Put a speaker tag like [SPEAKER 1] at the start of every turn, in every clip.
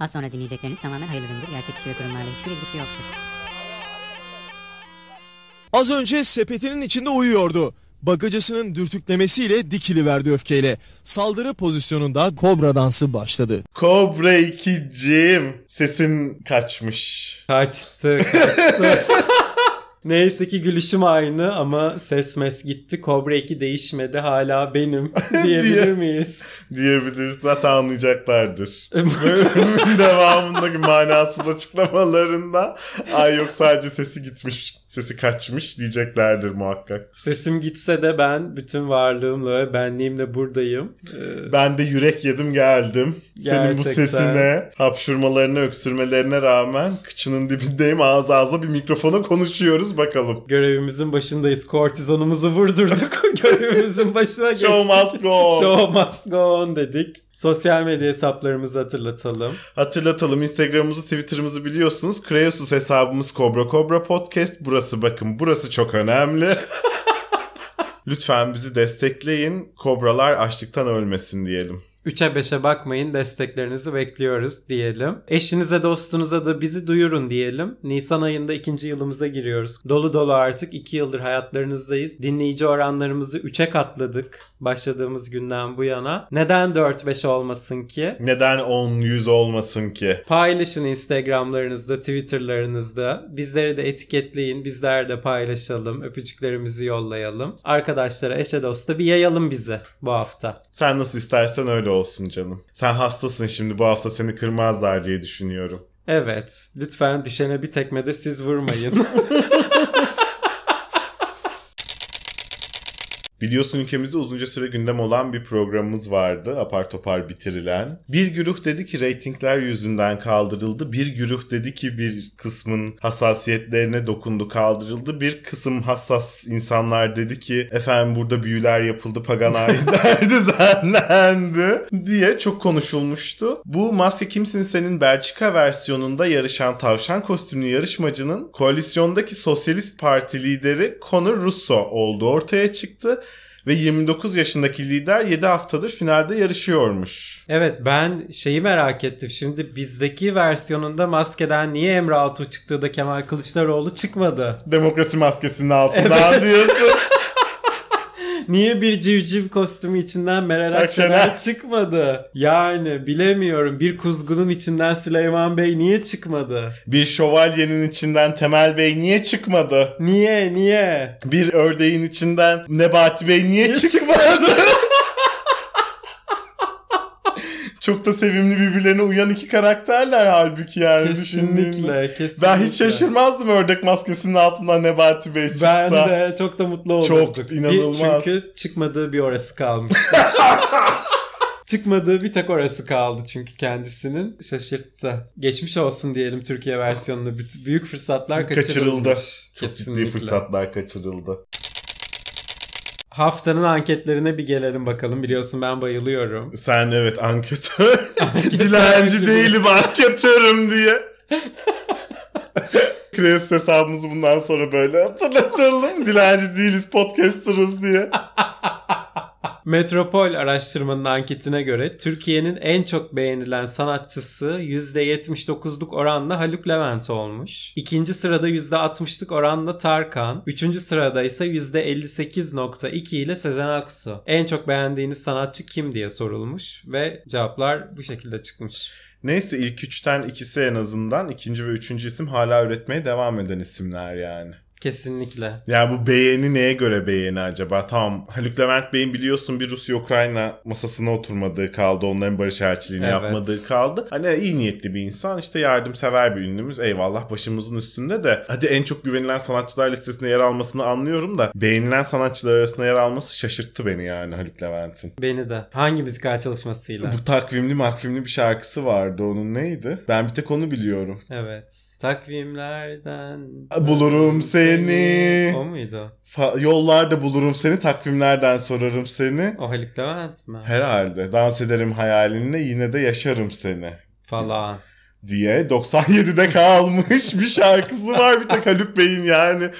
[SPEAKER 1] Az sonra dinleyecekleriniz tamamen hayırlı üründür. Gerçek kişi ve kurumlarla hiçbir ilgisi yoktur.
[SPEAKER 2] Az önce sepetinin içinde uyuyordu. Bagacısının dürtüklemesiyle dikiliverdi öfkeyle. Saldırı pozisyonunda kobra dansı başladı.
[SPEAKER 3] Kobra 2'cim. Sesin kaçmış.
[SPEAKER 4] Kaçtı, kaçtı. Neyse ki gülüşüm aynı ama ses mes gitti. Kobra 2 değişmedi hala benim diyebilir
[SPEAKER 3] Diye.
[SPEAKER 4] miyiz?
[SPEAKER 3] Diyebiliriz. Zaten anlayacaklardır. Bölümün devamındaki manasız açıklamalarında ay yok sadece sesi gitmiş, sesi kaçmış diyeceklerdir muhakkak.
[SPEAKER 4] Sesim gitse de ben bütün varlığımla ve benliğimle buradayım. Ee,
[SPEAKER 3] Ben de yürek yedim geldim. Senin bu
[SPEAKER 4] Gerçekten.
[SPEAKER 3] sesine, hapşurmalarına, öksürmelerine rağmen kıçının dibindeyim. Ağız ağza bir mikrofona konuşuyoruz bakalım.
[SPEAKER 4] Görevimizin başındayız. Kortizonumuzu vurdurduk. Görevimizin başına geçtik.
[SPEAKER 3] Show must go on.
[SPEAKER 4] Show must go on dedik. Sosyal medya hesaplarımızı hatırlatalım.
[SPEAKER 3] Hatırlatalım Instagram'ımızı Twitter'ımızı biliyorsunuz. Kreosus hesabımız Kobra Kobra Podcast. Burası bakın burası çok önemli. Lütfen bizi destekleyin. Kobralar açlıktan ölmesin diyelim.
[SPEAKER 4] 3'e 5'e bakmayın desteklerinizi bekliyoruz diyelim. Eşinize dostunuza da bizi duyurun diyelim. Nisan ayında ikinci yılımıza giriyoruz. Dolu dolu artık 2 yıldır hayatlarınızdayız. Dinleyici oranlarımızı 3'e katladık başladığımız günden bu yana. Neden 4-5 olmasın ki?
[SPEAKER 3] Neden 10-100 olmasın ki?
[SPEAKER 4] Paylaşın Instagram'larınızda, Twitter'larınızda. Bizleri de etiketleyin. Bizler de paylaşalım. Öpücüklerimizi yollayalım. Arkadaşlara, eşe, dosta bir yayalım bizi bu hafta.
[SPEAKER 3] Sen nasıl istersen öyle olsun canım. Sen hastasın şimdi bu hafta seni kırmazlar diye düşünüyorum.
[SPEAKER 4] Evet. Lütfen düşene bir tekme de siz vurmayın.
[SPEAKER 3] Biliyorsun ülkemizde uzunca süre gündem olan bir programımız vardı. Apar topar bitirilen. Bir güruh dedi ki reytingler yüzünden kaldırıldı. Bir güruh dedi ki bir kısmın hassasiyetlerine dokundu kaldırıldı. Bir kısım hassas insanlar dedi ki efendim burada büyüler yapıldı pagan ayinler düzenlendi diye çok konuşulmuştu. Bu Maske Kimsin Sen'in Belçika versiyonunda yarışan tavşan kostümlü yarışmacının koalisyondaki sosyalist parti lideri Conor Russo olduğu ortaya çıktı ve 29 yaşındaki lider 7 haftadır finalde yarışıyormuş.
[SPEAKER 4] evet ben şeyi merak ettim. Şimdi bizdeki versiyonunda maskeden niye Emre Altuğ çıktığı da Kemal Kılıçdaroğlu çıkmadı?
[SPEAKER 3] Demokrasi maskesinin altından diyorsun.
[SPEAKER 4] Niye bir civciv kostümü içinden Meral
[SPEAKER 3] Akşener.
[SPEAKER 4] Akşener çıkmadı? Yani bilemiyorum. Bir kuzgunun içinden Süleyman Bey niye çıkmadı?
[SPEAKER 3] Bir şövalyenin içinden Temel Bey niye çıkmadı?
[SPEAKER 4] Niye niye?
[SPEAKER 3] Bir ördeğin içinden Nebati Bey niye
[SPEAKER 4] Niye
[SPEAKER 3] çıkmadı? Çok da sevimli birbirlerine uyan iki karakterler halbuki yani düşündüğünde.
[SPEAKER 4] Kesinlikle kesinlikle.
[SPEAKER 3] Ben hiç şaşırmazdım ördek maskesinin altından Nebati Bey çıksa.
[SPEAKER 4] Ben de çok da mutlu olurduk.
[SPEAKER 3] Çok,
[SPEAKER 4] Bir-
[SPEAKER 3] inanılmaz.
[SPEAKER 4] Çünkü çıkmadığı bir orası kalmış. Çıkmadığı bir tek orası kaldı çünkü kendisinin şaşırttı. Geçmiş olsun diyelim Türkiye versiyonuna. Büt- Büyük fırsatlar
[SPEAKER 3] Kaçırıldı.
[SPEAKER 4] kaçırılmış.
[SPEAKER 3] Çok ciddi
[SPEAKER 4] Kesinlikle.
[SPEAKER 3] fırsatlar kaçırıldı.
[SPEAKER 4] Haftanın anketlerine bir gelelim bakalım. Biliyorsun ben bayılıyorum.
[SPEAKER 3] Sen evet anketör. Dilenci değilim anketörüm diye. Kreos hesabımızı bundan sonra böyle hatırlatalım. Dilenci değiliz podcasterız diye.
[SPEAKER 4] Metropol araştırmanın anketine göre Türkiye'nin en çok beğenilen sanatçısı %79'luk oranla Haluk Levent olmuş. İkinci sırada %60'lık oranla Tarkan. Üçüncü sırada ise %58.2 ile Sezen Aksu. En çok beğendiğiniz sanatçı kim diye sorulmuş ve cevaplar bu şekilde çıkmış.
[SPEAKER 3] Neyse ilk üçten ikisi en azından ikinci ve üçüncü isim hala üretmeye devam eden isimler yani.
[SPEAKER 4] Kesinlikle.
[SPEAKER 3] Ya bu beğeni neye göre beğeni acaba? Tamam Haluk Levent Bey'in biliyorsun bir Rusya-Ukrayna masasına oturmadığı kaldı. Onların barış elçiliğini
[SPEAKER 4] Evet.
[SPEAKER 3] yapmadığı kaldı. Hani iyi niyetli bir insan işte yardımsever bir ünlümüz. Eyvallah başımızın üstünde de. Hadi en çok güvenilen sanatçılar listesinde yer almasını anlıyorum da beğenilen sanatçılar arasında yer alması şaşırttı beni yani Haluk Levent'in.
[SPEAKER 4] Beni de. Hangi müzikal çalışmasıyla?
[SPEAKER 3] Bu takvimli makvimli bir şarkısı vardı onun neydi? Ben bir tek onu biliyorum.
[SPEAKER 4] Evet. Takvimlerden...
[SPEAKER 3] Bulurum seni.
[SPEAKER 4] O muydu?
[SPEAKER 3] Fa- yollarda bulurum seni, takvimlerden sorarım seni.
[SPEAKER 4] O Haluk Levent mi?
[SPEAKER 3] Herhalde. Dans ederim hayalinle yine de yaşarım seni.
[SPEAKER 4] Falan.
[SPEAKER 3] diye 97'de kalmış bir şarkısı var bir tek Haluk Bey'in yani.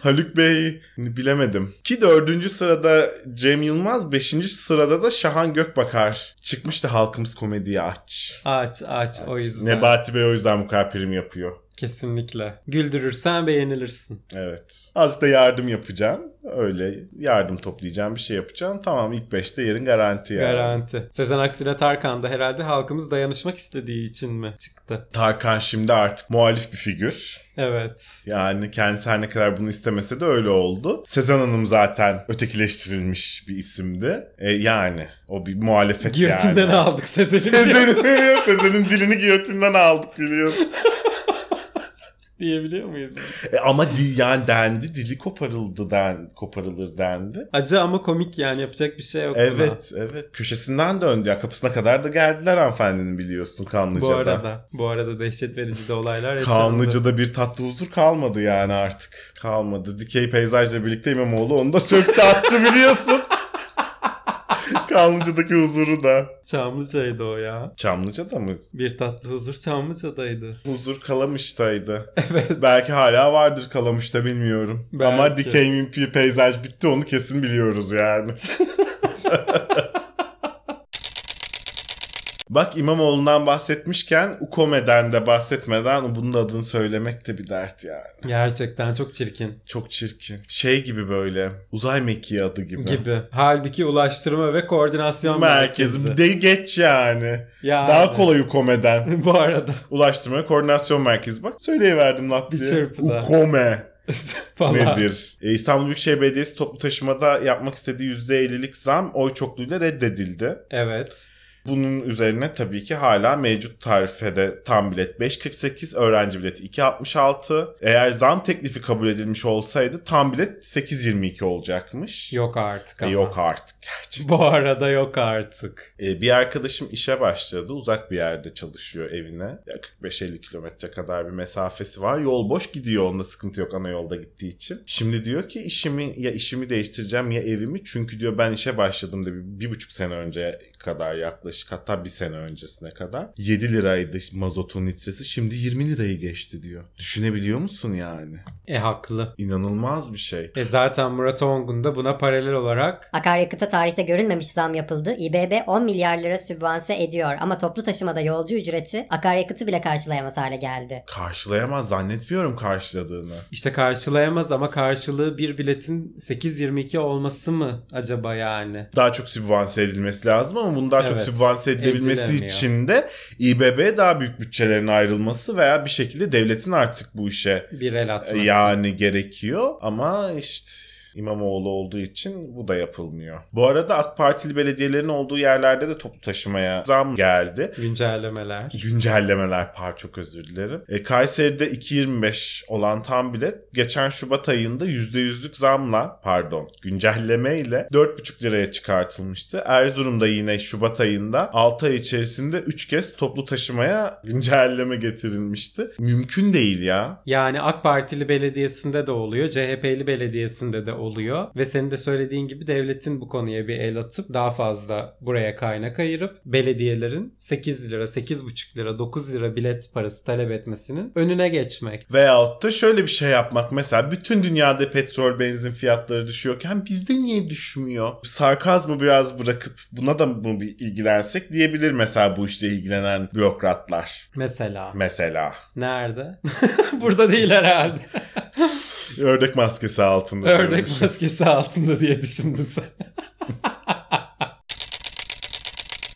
[SPEAKER 3] Haluk Bey bilemedim. Ki dördüncü sırada Cem Yılmaz, beşinci sırada da Şahan Gökbakar çıkmıştı halkımız komediye aç.
[SPEAKER 4] Aç aç o yüzden.
[SPEAKER 3] Nebati Bey o yüzden bu kadar prim yapıyor.
[SPEAKER 4] Kesinlikle. Güldürürsen beğenilirsin.
[SPEAKER 3] Evet. Azıcık da yardım yapacağım. Öyle yardım toplayacağım bir şey yapacağım. Tamam ilk 5'te yerin garanti yani.
[SPEAKER 4] Garanti. Sezen Aksu ile Tarkan da herhalde halkımız dayanışmak istediği için mi çıktı?
[SPEAKER 3] Tarkan şimdi artık muhalif bir figür.
[SPEAKER 4] Evet.
[SPEAKER 3] Yani kendisi her ne kadar bunu istemese de öyle oldu. Sezen Hanım zaten ötekileştirilmiş bir isimdi. E, yani o bir muhalefet yani.
[SPEAKER 4] Girtinden aldık Sezen'i
[SPEAKER 3] Sezen'in, Sezen'in dilini giyotinden aldık biliyorsun.
[SPEAKER 4] diyebiliyor muyuz?
[SPEAKER 3] E, ama dil, yani dendi dili koparıldı den, koparılır dendi.
[SPEAKER 4] Acı ama komik yani yapacak bir şey yok. buna.
[SPEAKER 3] Evet evet. Köşesinden döndü ya. Kapısına kadar da geldiler hanımefendinin biliyorsun Kanlıca'da.
[SPEAKER 4] Bu arada, bu arada dehşet verici de olaylar yaşandı.
[SPEAKER 3] Kanlıca'da bir tatlı huzur kalmadı yani artık. Kalmadı. Dikey peyzajla birlikte İmamoğlu onu da söktü attı biliyorsun. Kanlıca'daki huzuru da.
[SPEAKER 4] Çamlıca'ydı o ya.
[SPEAKER 3] Çamlıca'da mı?
[SPEAKER 4] Bir tatlı huzur Çamlıca'daydı.
[SPEAKER 3] Huzur Kalamış'taydı.
[SPEAKER 4] Evet.
[SPEAKER 3] Belki hala vardır Kalamış'ta bilmiyorum.
[SPEAKER 4] Belki.
[SPEAKER 3] Ama dikey mimpi peyzaj bitti onu kesin biliyoruz yani. Bak İmamoğlu'ndan bahsetmişken Ukome'den de bahsetmeden bunun adını söylemek de bir dert yani.
[SPEAKER 4] Gerçekten çok çirkin
[SPEAKER 3] Çok çirkin. Şey gibi böyle uzay mekiği adı gibi.
[SPEAKER 4] gibi. Halbuki ulaştırma ve koordinasyon merkezi.
[SPEAKER 3] Merkezi. De geç yani.
[SPEAKER 4] Yani.
[SPEAKER 3] Daha kolay Ukome'den.
[SPEAKER 4] bu arada
[SPEAKER 3] Ulaştırma ve Koordinasyon Merkezi. Bak söyleyiverdim laf
[SPEAKER 4] Bir
[SPEAKER 3] diye.
[SPEAKER 4] çırpıda.
[SPEAKER 3] Ukome.
[SPEAKER 4] falan.
[SPEAKER 3] nedir? E, İstanbul Büyükşehir Belediyesi toplu taşımada yapmak istediği %50'lik zam oy çokluğuyla reddedildi.
[SPEAKER 4] Evet.
[SPEAKER 3] Bunun üzerine tabii ki hala mevcut tarifede tam bilet 5.48, öğrenci bileti 2.66. Eğer zam teklifi kabul edilmiş olsaydı tam bilet 8.22 olacakmış.
[SPEAKER 4] Yok artık
[SPEAKER 3] E,
[SPEAKER 4] ama.
[SPEAKER 3] yok artık gerçekten.
[SPEAKER 4] Bu arada yok artık.
[SPEAKER 3] E, bir arkadaşım işe başladı. Uzak bir yerde çalışıyor evine. Ya 45-50 kilometre kadar bir mesafesi var. Yol boş gidiyor. Onda sıkıntı yok ana yolda gittiği için. Şimdi diyor ki işimi ya işimi değiştireceğim ya evimi. Çünkü diyor ben işe başladığımda bir, bir buçuk sene önce kadar yaklaşık hatta bir sene öncesine kadar 7 liraydı mazotun litresi. Şimdi 20 lirayı geçti diyor. Düşünebiliyor musun yani?
[SPEAKER 4] E haklı.
[SPEAKER 3] İnanılmaz bir şey.
[SPEAKER 4] E zaten Murat Ongun da buna paralel olarak
[SPEAKER 5] Akaryakıta tarihte görülmemiş zam yapıldı. İBB 10 milyar lira sübvanse ediyor ama toplu taşımada yolcu ücreti akaryakıtı bile karşılayamaz hale geldi.
[SPEAKER 3] Karşılayamaz zannetmiyorum karşıladığını.
[SPEAKER 4] işte karşılayamaz ama karşılığı bir biletin 8.22 olması mı acaba yani?
[SPEAKER 3] daha çok sübvanse edilmesi lazım ama bunu daha çok
[SPEAKER 4] Evet,
[SPEAKER 3] sübvanse edilebilmesi
[SPEAKER 4] edilemiyor.
[SPEAKER 3] için de İBB'ye daha büyük bütçelerin ayrılması veya bir şekilde devletin artık bu işe e,
[SPEAKER 4] Bir el atması.
[SPEAKER 3] yani gerekiyor ama işte İmamoğlu olduğu için bu da yapılmıyor. Bu arada AK Partili belediyelerin olduğu yerlerde de toplu taşımaya zam geldi.
[SPEAKER 4] Güncellemeler.
[SPEAKER 3] Güncellemeler par çok özür dilerim. E, Kayseri'de 2.25 olan tam bilet geçen Şubat ayında %100'lük zamla pardon güncellemeyle 4.5 liraya çıkartılmıştı. Erzurum'da yine Şubat ayında 6 ay içerisinde 3 kez toplu taşımaya güncelleme getirilmişti. Mümkün değil ya.
[SPEAKER 4] Yani AK Partili belediyesinde de oluyor, CHP'li belediyesinde de oluyor ve senin de söylediğin gibi devletin bu konuya bir el atıp daha fazla buraya kaynak ayırıp belediyelerin 8 lira, 8,5 lira, 9 lira bilet parası talep etmesinin önüne geçmek.
[SPEAKER 3] Veyahut da şöyle bir şey yapmak mesela bütün dünyada petrol benzin fiyatları düşüyorken bizde niye düşmüyor? Sarkazmı biraz bırakıp buna da mı bir ilgilensek diyebilir mesela bu işle ilgilenen bürokratlar
[SPEAKER 4] Mesela.
[SPEAKER 3] mesela.
[SPEAKER 4] Nerede? Burada değil herhalde.
[SPEAKER 3] Ördek maskesi altında.
[SPEAKER 4] Ördek
[SPEAKER 3] görmüş.
[SPEAKER 4] maskesi altında diye düşündün sen.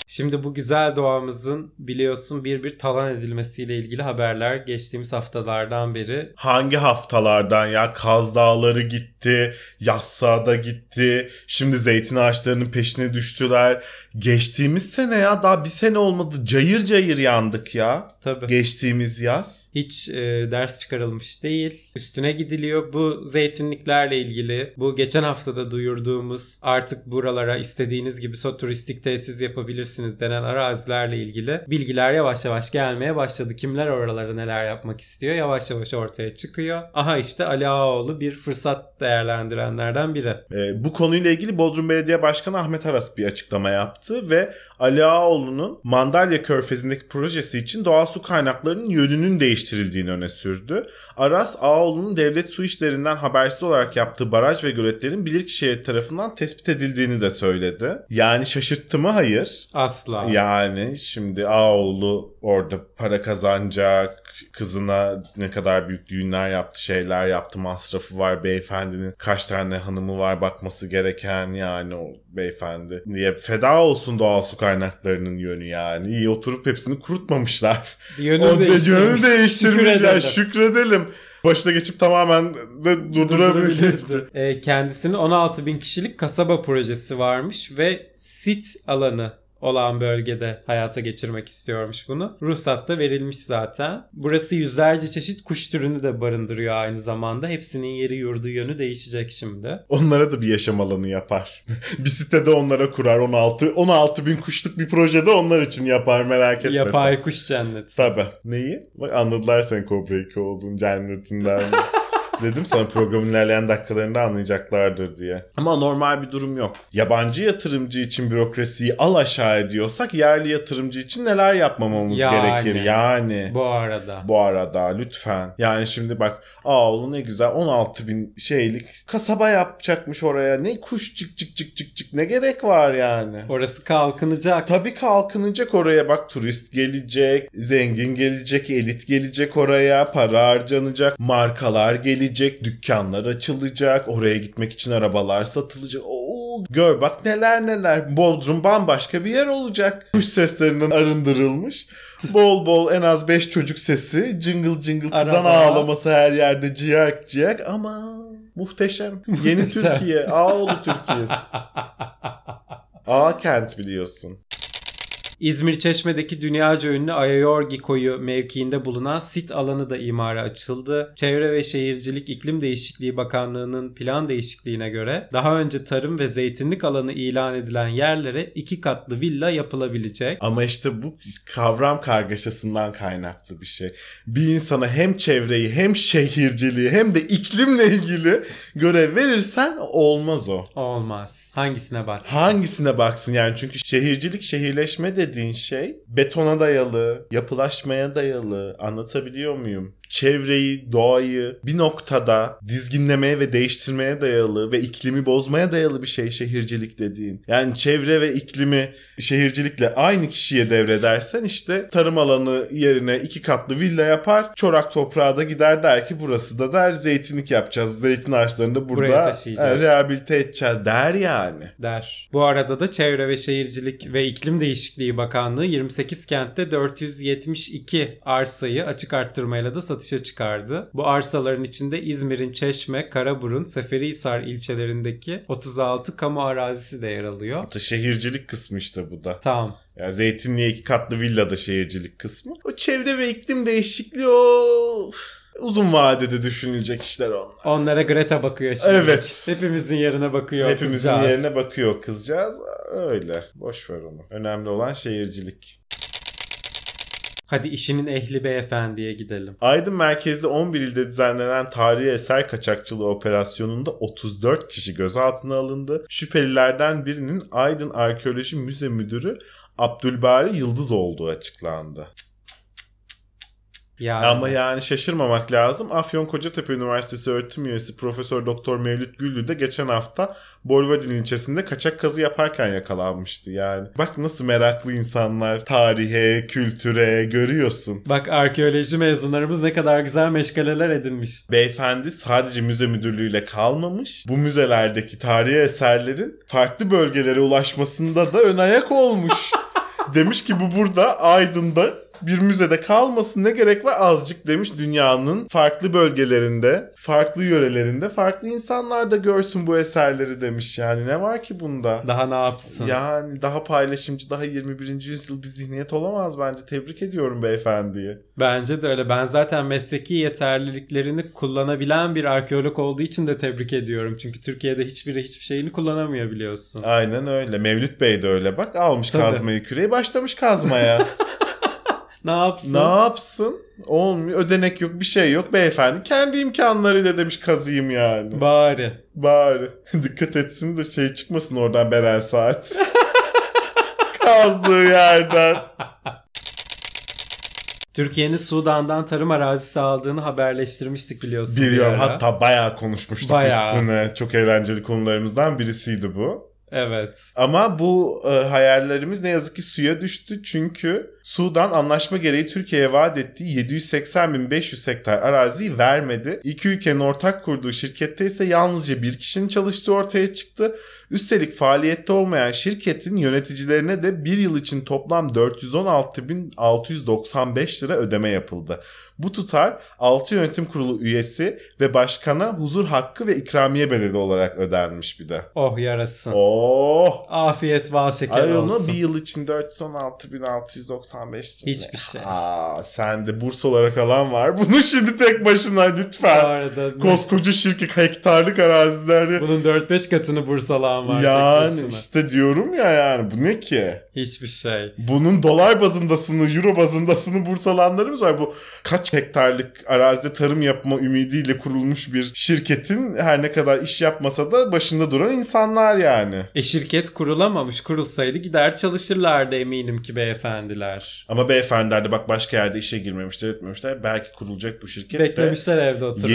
[SPEAKER 4] Şimdi bu güzel doğamızın biliyorsun bir bir talan edilmesiyle ilgili haberler geçtiğimiz haftalardan beri
[SPEAKER 3] Hangi haftalardan ya? Kaz Dağları gitti, Yassıada gitti, şimdi zeytin ağaçlarının peşine düştüler. Geçtiğimiz sene ya daha bir sene olmadı cayır cayır yandık ya.
[SPEAKER 4] tabii
[SPEAKER 3] Geçtiğimiz yaz.
[SPEAKER 4] hiç e, ders çıkarılmış değil. Üstüne gidiliyor. Bu zeytinliklerle ilgili bu geçen haftada duyurduğumuz artık buralara istediğiniz gibi so turistik tesis yapabilirsiniz edebilirsiniz denen arazilerle ilgili bilgiler yavaş yavaş gelmeye başladı. Kimler oralara neler yapmak istiyor yavaş yavaş ortaya çıkıyor. Aha işte Ali Ağaoğlu bir fırsat değerlendirenlerden biri.
[SPEAKER 3] Ee, bu konuyla ilgili Bodrum Belediye Başkanı Ahmet Aras bir açıklama yaptı ve Ali Ağaoğlu'nun Mandalya Körfezi'ndeki projesi için doğal su kaynaklarının yönünün değiştirildiğini öne sürdü. Aras, Ağaoğlu'nun devlet su işlerinden habersiz olarak yaptığı baraj ve göletlerin bilirkişi tarafından tespit edildiğini de söyledi. Yani şaşırttı mı? Hayır.
[SPEAKER 4] Asla.
[SPEAKER 3] Yani şimdi Ağoğlu orada para kazanacak, kızına ne kadar büyük düğünler yaptı, şeyler yaptı, masrafı var, beyefendinin kaç tane hanımı var bakması gereken yani o beyefendi. Niye feda olsun doğal su kaynaklarının yönü yani. İyi oturup hepsini kurutmamışlar.
[SPEAKER 4] Yönünü
[SPEAKER 3] Onu
[SPEAKER 4] değiştirmiş.
[SPEAKER 3] yönü değiştirmiş ya
[SPEAKER 4] Şükredelim.
[SPEAKER 3] şükredelim. Başına geçip tamamen de durdurabilirdi.
[SPEAKER 4] E, kendisinin 16 bin kişilik kasaba projesi varmış ve sit alanı olan bölgede hayata geçirmek istiyormuş bunu. Ruhsat da verilmiş zaten. Burası yüzlerce çeşit kuş türünü de barındırıyor aynı zamanda. Hepsinin yeri yurdu yönü değişecek şimdi.
[SPEAKER 3] Onlara da bir yaşam alanı yapar. bir sitede onlara kurar 16 16 bin kuşluk bir projede onlar için yapar merak etme. sen.
[SPEAKER 4] Yapay kuş cenneti.
[SPEAKER 3] Tabii. Neyi? Bak anladılar sen Cobra 2 olduğun cennetinden. Dedim sana programın ilerleyen dakikalarında anlayacaklardır diye. Ama normal bir durum yok. Yabancı yatırımcı için bürokrasiyi al aşağı ediyorsak yerli yatırımcı için neler yapmamamız
[SPEAKER 4] Yani.
[SPEAKER 3] gerekir yani.
[SPEAKER 4] Bu arada.
[SPEAKER 3] Bu arada lütfen. Yani şimdi bak aa oğlum ne güzel 16 bin şeylik kasaba yapacakmış oraya. Ne kuş cık cık cık cık cık ne gerek var yani.
[SPEAKER 4] Orası kalkınacak.
[SPEAKER 3] Tabii kalkınacak oraya bak turist gelecek, zengin gelecek, elit gelecek oraya, para harcanacak, markalar gelecek, dükkanlar açılacak, oraya gitmek için arabalar satılacak. Oo, gör bak neler neler. Bodrum bambaşka bir yer olacak. Kuş seslerinden arındırılmış. Bol bol en az 5 çocuk sesi, cıngıl cıngıl kızan
[SPEAKER 4] Araba.
[SPEAKER 3] ağlaması her yerde ciyak ciyak ama muhteşem. Yeni
[SPEAKER 4] Muhteşem.
[SPEAKER 3] Türkiye, Ağoğlu Türkiye'si. A kent biliyorsun.
[SPEAKER 4] İzmir Çeşme'deki dünyaca ünlü Ayayorgi koyu mevkiinde bulunan sit alanı da imara açıldı. Çevre ve Şehircilik İklim Değişikliği Bakanlığı'nın plan değişikliğine göre daha önce tarım ve zeytinlik alanı ilan edilen yerlere iki katlı villa yapılabilecek.
[SPEAKER 3] Ama işte bu kavram kargaşasından kaynaklı bir şey. Bir insana hem çevreyi hem şehirciliği hem de iklimle ilgili görev verirsen olmaz o.
[SPEAKER 4] Olmaz. Hangisine bak?
[SPEAKER 3] Hangisine baksın yani çünkü şehircilik şehirleşme dediğin şey betona dayalı, yapılaşmaya dayalı anlatabiliyor muyum? Çevreyi, doğayı bir noktada dizginlemeye ve değiştirmeye dayalı ve iklimi bozmaya dayalı bir şey şehircilik dediğin. Yani çevre ve iklimi şehircilikle aynı kişiye devredersen işte tarım alanı yerine iki katlı villa yapar, çorak toprağa da gider der ki burası da der zeytinlik yapacağız. Zeytin ağaçlarını da
[SPEAKER 4] Buraya
[SPEAKER 3] burada
[SPEAKER 4] taşıyacağız."
[SPEAKER 3] e, rehabilite edeceğiz der yani.
[SPEAKER 4] der. Bu arada da Çevre ve Şehircilik ve İklim Değişikliği Bakanlığı 28 kentte 472 arsayı açık arttırmayla da satışa çıkardı. Bu arsaların içinde İzmir'in Çeşme, Karaburun, Seferihisar ilçelerindeki 36 kamu arazisi de yer alıyor.
[SPEAKER 3] Hatta şehircilik kısmı işte bu da.
[SPEAKER 4] Tamam.
[SPEAKER 3] Ya Zeytinli'ye iki katlı villada şehircilik kısmı. O çevre ve iklim değişikliği o üf, uzun vadede düşünülecek işler onlar.
[SPEAKER 4] Onlara Greta bakıyor şimdi.
[SPEAKER 3] Evet.
[SPEAKER 4] Hepimizin yerine bakıyor.
[SPEAKER 3] Hepimizin
[SPEAKER 4] kızcağız.
[SPEAKER 3] yerine bakıyor kızcağız. Öyle. Boş ver onu. Önemli olan şehircilik.
[SPEAKER 4] Hadi işinin ehli beyefendiye gidelim.
[SPEAKER 3] Aydın merkezli 11 ilde düzenlenen tarihi eser kaçakçılığı operasyonunda 34 kişi gözaltına alındı. Şüphelilerden birinin Aydın Arkeoloji Müze Müdürü Abdülbari Yıldız olduğu açıklandı.
[SPEAKER 4] Yani.
[SPEAKER 3] Ama yani şaşırmamak lazım. Afyon Kocatepe Üniversitesi öğretim üyesi Profesör Doktor Mevlüt Güllü de geçen hafta Bolvadin ilçesinde kaçak kazı yaparken yakalanmıştı. Yani bak nasıl meraklı insanlar tarihe, kültüre görüyorsun.
[SPEAKER 4] Bak arkeoloji mezunlarımız ne kadar güzel meşgaleler edinmiş.
[SPEAKER 3] Beyefendi sadece müze müdürlüğüyle kalmamış. Bu müzelerdeki tarihi eserlerin farklı bölgelere ulaşmasında da ön ayak olmuş. Demiş ki bu burada Aydın'da bir müzede kalmasın ne gerek var azıcık demiş dünyanın farklı bölgelerinde, farklı yörelerinde, farklı insanlar da görsün bu eserleri demiş. Yani ne var ki bunda?
[SPEAKER 4] Daha ne yapsın?
[SPEAKER 3] Yani daha paylaşımcı, daha 21. yüzyıl bir zihniyet olamaz bence. Tebrik ediyorum beyefendiyi.
[SPEAKER 4] Bence de öyle. Ben zaten mesleki yeterliliklerini kullanabilen bir arkeolog olduğu için de tebrik ediyorum. Çünkü Türkiye'de hiçbiri hiçbir şeyini kullanamıyor biliyorsun.
[SPEAKER 3] Aynen öyle. Mevlüt Bey de öyle bak. Almış
[SPEAKER 4] Tabii.
[SPEAKER 3] kazmayı küreği başlamış kazmaya.
[SPEAKER 4] Ne yapsın?
[SPEAKER 3] ne yapsın? Olmuyor. Ödenek yok bir şey yok. Beyefendi kendi imkanlarıyla demiş kazıyım yani.
[SPEAKER 4] Bari.
[SPEAKER 3] Bari. Dikkat etsin de şey çıkmasın oradan Beren Saat. Kazdığı yerden.
[SPEAKER 4] Türkiye'nin Sudan'dan tarım arazisi aldığını haberleştirmiştik biliyorsun. bir
[SPEAKER 3] Biliyorum
[SPEAKER 4] ara.
[SPEAKER 3] hatta bayağı konuşmuştuk
[SPEAKER 4] Bayağı.
[SPEAKER 3] üstüne. Çok eğlenceli konularımızdan birisiydi bu.
[SPEAKER 4] Evet.
[SPEAKER 3] Ama bu e, hayallerimiz ne yazık ki suya düştü çünkü Sudan anlaşma gereği Türkiye'ye vaat ettiği 780.500 hektar araziyi vermedi. İki ülkenin ortak kurduğu şirkette ise yalnızca bir kişinin çalıştığı ortaya çıktı. Üstelik faaliyette olmayan şirketin yöneticilerine de bir yıl için toplam 416.695 lira ödeme yapıldı. Bu tutar 6 yönetim kurulu üyesi ve başkana huzur hakkı ve ikramiye bedeli olarak ödenmiş bir de.
[SPEAKER 4] Oh yarasın.
[SPEAKER 3] Oh!
[SPEAKER 4] Afiyet bal şeker
[SPEAKER 3] Ay onu
[SPEAKER 4] olsun.
[SPEAKER 3] bir yıl için 416.695 lira.
[SPEAKER 4] Hiçbir şey.
[SPEAKER 3] Aa, sen de burs olarak alan var. Bunu şimdi tek başına
[SPEAKER 4] Bu
[SPEAKER 3] lütfen.
[SPEAKER 4] arada
[SPEAKER 3] Koskoca şirket hektarlık arazileri.
[SPEAKER 4] bunun 4-5 katını Bursalağ'ın var.
[SPEAKER 3] Yani
[SPEAKER 4] tek başına.
[SPEAKER 3] işte diyorum ya yani bu ne ki?
[SPEAKER 4] Hiçbir şey.
[SPEAKER 3] Bunun dolar bazındasını, euro bazındasını burs alanlarımız var. Bu kaç hektarlık arazide tarım yapma ümidiyle kurulmuş bir şirketin her ne kadar iş yapmasa da başında duran insanlar yani.
[SPEAKER 4] E şirket kurulamamış. Kurulsaydı gider çalışırlardı eminim ki beyefendiler.
[SPEAKER 3] Ama beyefendiler de bak başka yerde işe girmemişler etmemişler. Belki kurulacak bu şirket de
[SPEAKER 4] Beklemişler evde oturup.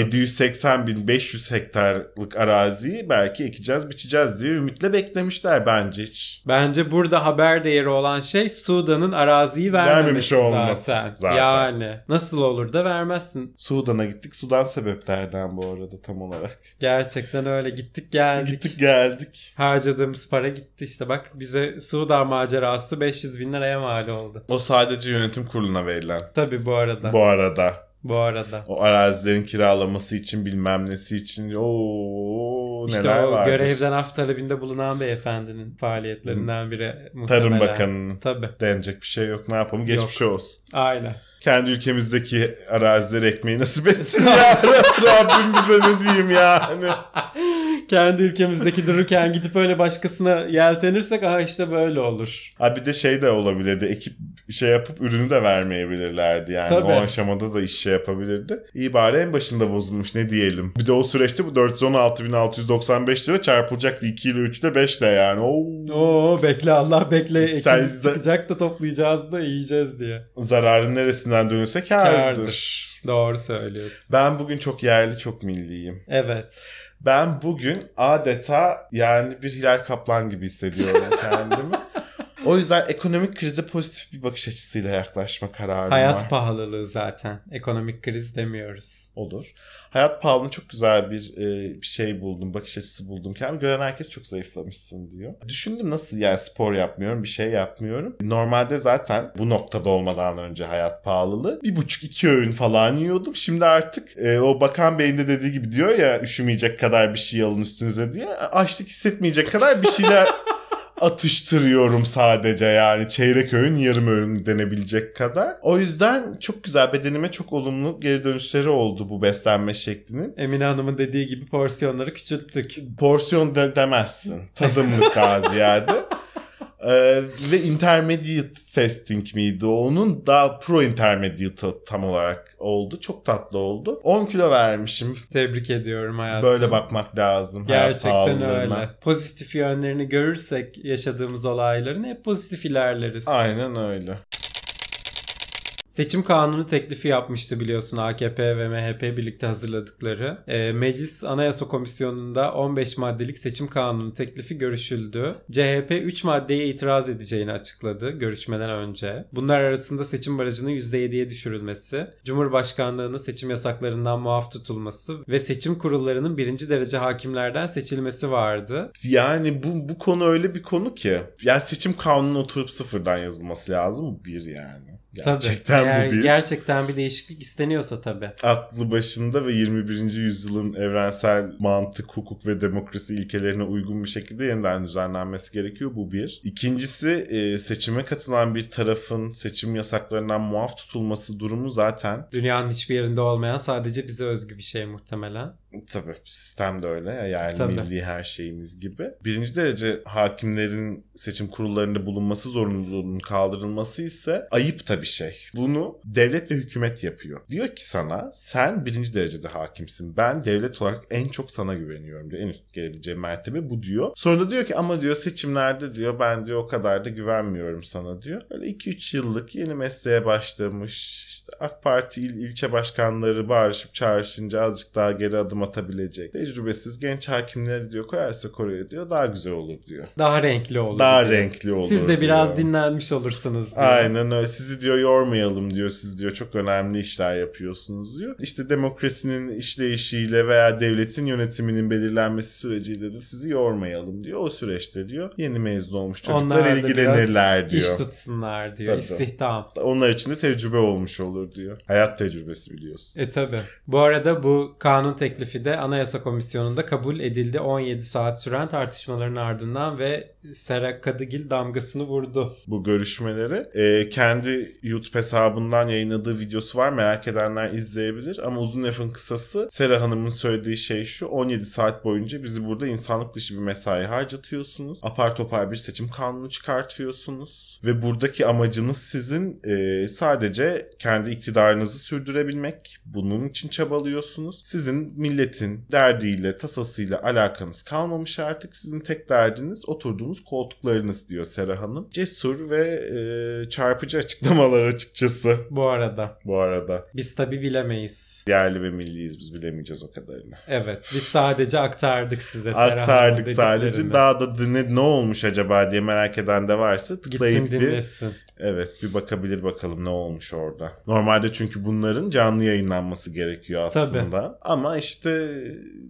[SPEAKER 3] 780.500 hektarlık araziyi belki ekeceğiz biçeceğiz diye ümitle beklemişler bence hiç.
[SPEAKER 4] Bence burada haber değeri olan şey Sudan'ın araziyi
[SPEAKER 3] Vermemiş
[SPEAKER 4] vermemesi
[SPEAKER 3] olması
[SPEAKER 4] zaten.
[SPEAKER 3] zaten.
[SPEAKER 4] Yani nasıl olur da vermezsin.
[SPEAKER 3] Sudan'a gittik. Sudan sebeplerden bu arada tam olarak.
[SPEAKER 4] Gerçekten öyle gittik geldik.
[SPEAKER 3] Gittik geldik.
[SPEAKER 4] Harcadığımız para gitti işte bak bize Sudan macerası 500 bin liraya mal oldu.
[SPEAKER 3] O sadece yönetim kuruluna verilen.
[SPEAKER 4] Tabi bu arada. Bu,
[SPEAKER 3] Bu arada
[SPEAKER 4] arada.
[SPEAKER 3] o arazilerin kiralaması için bilmem nesi için ooo
[SPEAKER 4] İşte
[SPEAKER 3] neler
[SPEAKER 4] o
[SPEAKER 3] var.
[SPEAKER 4] görevden af talebinde bulunan beyefendinin faaliyetlerinden biri muhtemelen.
[SPEAKER 3] Tarım Bakanı'nın
[SPEAKER 4] Tabi
[SPEAKER 3] denecek bir şey yok ne yapalım geçmiş olsun.
[SPEAKER 4] aynen.
[SPEAKER 3] kendi ülkemizdeki arazilere ekmeği nasip etsin ya. Rabbim bize ne diyeyim yani.
[SPEAKER 4] Kendi ülkemizdeki dururken gidip öyle başkasına yeltenirsek aha işte böyle olur.
[SPEAKER 3] Ha bir de şey de olabilirdi. Ekip şey yapıp ürünü de vermeyebilirlerdi yani.
[SPEAKER 4] Tabii.
[SPEAKER 3] O aşamada da iş şey yapabilirdi. İyi bari en başında bozulmuş ne diyelim. Bir de o süreçte bu 416.695 lira çarpılacaktı 2 ile 3 ile 5 ile yani. Oo,
[SPEAKER 4] Oo bekle Allah bekle. Ekim
[SPEAKER 3] Sen-
[SPEAKER 4] çıkacak da toplayacağız da yiyeceğiz diye.
[SPEAKER 3] Zararın neresinden dönülse kârdır.
[SPEAKER 4] Kârdır. Doğru söylüyorsun.
[SPEAKER 3] Ben bugün çok yerli çok milliyim.
[SPEAKER 4] Evet.
[SPEAKER 3] Ben bugün adeta yani bir Hilal Kaplan gibi hissediyorum kendimi. O yüzden ekonomik krize pozitif bir bakış açısıyla yaklaşma kararı
[SPEAKER 4] Hayat
[SPEAKER 3] var.
[SPEAKER 4] pahalılığı zaten. Ekonomik kriz demiyoruz.
[SPEAKER 3] olur. Hayat pahalını çok güzel bir e, bir şey buldum, bakış açısı buldum. Kendimi gören herkes çok zayıflamışsın diyor. Düşündüm nasıl yani spor yapmıyorum, bir şey yapmıyorum. Normalde zaten bu noktada olmadan önce hayat pahalılığı bir buçuk iki öğün falan yiyordum. Şimdi artık e, o bakan beyin de dediği gibi diyor ya üşümeyecek kadar bir şey alın üstünüze diye. Açlık hissetmeyecek kadar bir şeyler atıştırıyorum sadece yani çeyrek öğün yarım öğün denebilecek kadar. O yüzden çok güzel bedenime çok olumlu geri dönüşleri oldu bu beslenme şeklinin.
[SPEAKER 4] Emine Hanım'ın dediği gibi porsiyonları küçülttük.
[SPEAKER 3] Porsiyon de- demezsin tadımlık daha ziyade. Ee, ve intermediate fasting miydi o? onun daha pro intermediate tam olarak oldu çok tatlı oldu 10 kilo vermişim
[SPEAKER 4] Tebrik ediyorum hayatım.
[SPEAKER 3] böyle bakmak lazım hayat
[SPEAKER 4] Gerçekten
[SPEAKER 3] pahalılığına.
[SPEAKER 4] öyle. Pozitif yönlerini görürsek yaşadığımız olayların hep pozitif ilerleriz.
[SPEAKER 3] aynen öyle
[SPEAKER 4] Seçim kanunu teklifi yapmıştı biliyorsun AKP ve MHP birlikte hazırladıkları. Ee, Meclis Anayasa Komisyonu'nda 15 maddelik seçim kanunu teklifi görüşüldü. CHP 3 maddeye itiraz edeceğini açıkladı görüşmeden önce. Bunlar arasında seçim barajının %7'ye düşürülmesi, Cumhurbaşkanlığının seçim yasaklarından muaf tutulması ve seçim kurullarının birinci derece hakimlerden seçilmesi vardı.
[SPEAKER 3] Yani bu bu konu öyle bir konu ki. Yani seçim kanunu oturup sıfırdan yazılması lazım bir yani. Gerçekten
[SPEAKER 4] tabii. Eğer
[SPEAKER 3] bu bir
[SPEAKER 4] Gerçekten bir değişiklik isteniyorsa tabii.
[SPEAKER 3] aklı başında ve 21. yüzyılın evrensel mantık, hukuk ve demokrasi ilkelerine uygun bir şekilde yeniden düzenlenmesi gerekiyor. Bu bir. İkincisi e, seçime katılan bir tarafın seçim yasaklarından muaf tutulması durumu zaten
[SPEAKER 4] Dünyanın hiçbir yerinde olmayan sadece bize özgü bir şey muhtemelen.
[SPEAKER 3] Tabii sistem de öyle ya. yani
[SPEAKER 4] Tabii.
[SPEAKER 3] milli her şeyimiz gibi. Birinci derece hakimlerin seçim kurullarında bulunması zorunluluğunun kaldırılması ise ayıp tabii şey. Bunu devlet ve hükümet yapıyor. Diyor ki sana sen birinci derecede hakimsin. Ben devlet olarak en çok sana güveniyorum diyor. En üst gelebileceği mertebe bu diyor. Sonra da diyor ki ama diyor seçimlerde diyor ben diyor o kadar da güvenmiyorum sana diyor. Öyle 2-3 yıllık yeni mesleğe başlamış işte AK Parti il, ilçe başkanları bağırışıp çağrışınca azıcık daha geri adım atabilecek. Tecrübesiz genç hakimleri diyor koyarsa koruyor diyor daha güzel olur diyor.
[SPEAKER 4] Daha renkli olur.
[SPEAKER 3] Daha
[SPEAKER 4] diyor.
[SPEAKER 3] renkli olur
[SPEAKER 4] Siz de biraz
[SPEAKER 3] diyor.
[SPEAKER 4] dinlenmiş olursunuz diyor.
[SPEAKER 3] Aynen öyle. Sizi diyor yormayalım diyor. Siz diyor çok önemli işler yapıyorsunuz diyor. İşte demokrasinin işleyişiyle veya devletin yönetiminin belirlenmesi süreciyle de sizi yormayalım diyor. O süreçte diyor yeni mezun olmuş çocuklar
[SPEAKER 4] Onlar da
[SPEAKER 3] ilgilenirler diyor.
[SPEAKER 4] İş tutsunlar diyor.
[SPEAKER 3] Tabii.
[SPEAKER 4] İstihdam.
[SPEAKER 3] Onlar için de tecrübe olmuş olur diyor. Hayat tecrübesi biliyorsun.
[SPEAKER 4] E tabi. Bu arada bu kanun teklifi de Anayasa Komisyonu'nda kabul edildi. 17 saat süren tartışmaların ardından ve Sera Kadıgil damgasını vurdu.
[SPEAKER 3] Bu görüşmeleri e, kendi YouTube hesabından yayınladığı videosu var. Merak edenler izleyebilir. Ama uzun lafın kısası Sera Hanım'ın söylediği şey şu. 17 saat boyunca bizi burada insanlık dışı bir mesai harcatıyorsunuz. Apar topar bir seçim kanunu çıkartıyorsunuz. Ve buradaki amacınız sizin e, sadece kendi iktidarınızı sürdürebilmek. Bunun için çabalıyorsunuz. Sizin milletin derdiyle, tasasıyla alakanız kalmamış artık. Sizin tek derdiniz oturduğunuz koltuklarınız diyor Sera Hanım. Cesur ve e, çarpıcı açıklamalar açıkçası
[SPEAKER 4] Bu arada.
[SPEAKER 3] bu arada.
[SPEAKER 4] Biz tabi bilemeyiz.
[SPEAKER 3] Yerli ve milliyiz biz bilemeyeceğiz o kadarını.
[SPEAKER 4] Evet. Biz sadece aktardık size Sera Hanım'ın
[SPEAKER 3] Aktardık sadece.
[SPEAKER 4] dediklerini.
[SPEAKER 3] Daha da ne, ne olmuş acaba diye merak eden de varsa
[SPEAKER 4] Gitsin
[SPEAKER 3] tıklayıp bir
[SPEAKER 4] dinlesin.
[SPEAKER 3] Evet bir bakabilir bakalım ne olmuş orada. Normalde çünkü bunların canlı yayınlanması gerekiyor aslında. Ama işte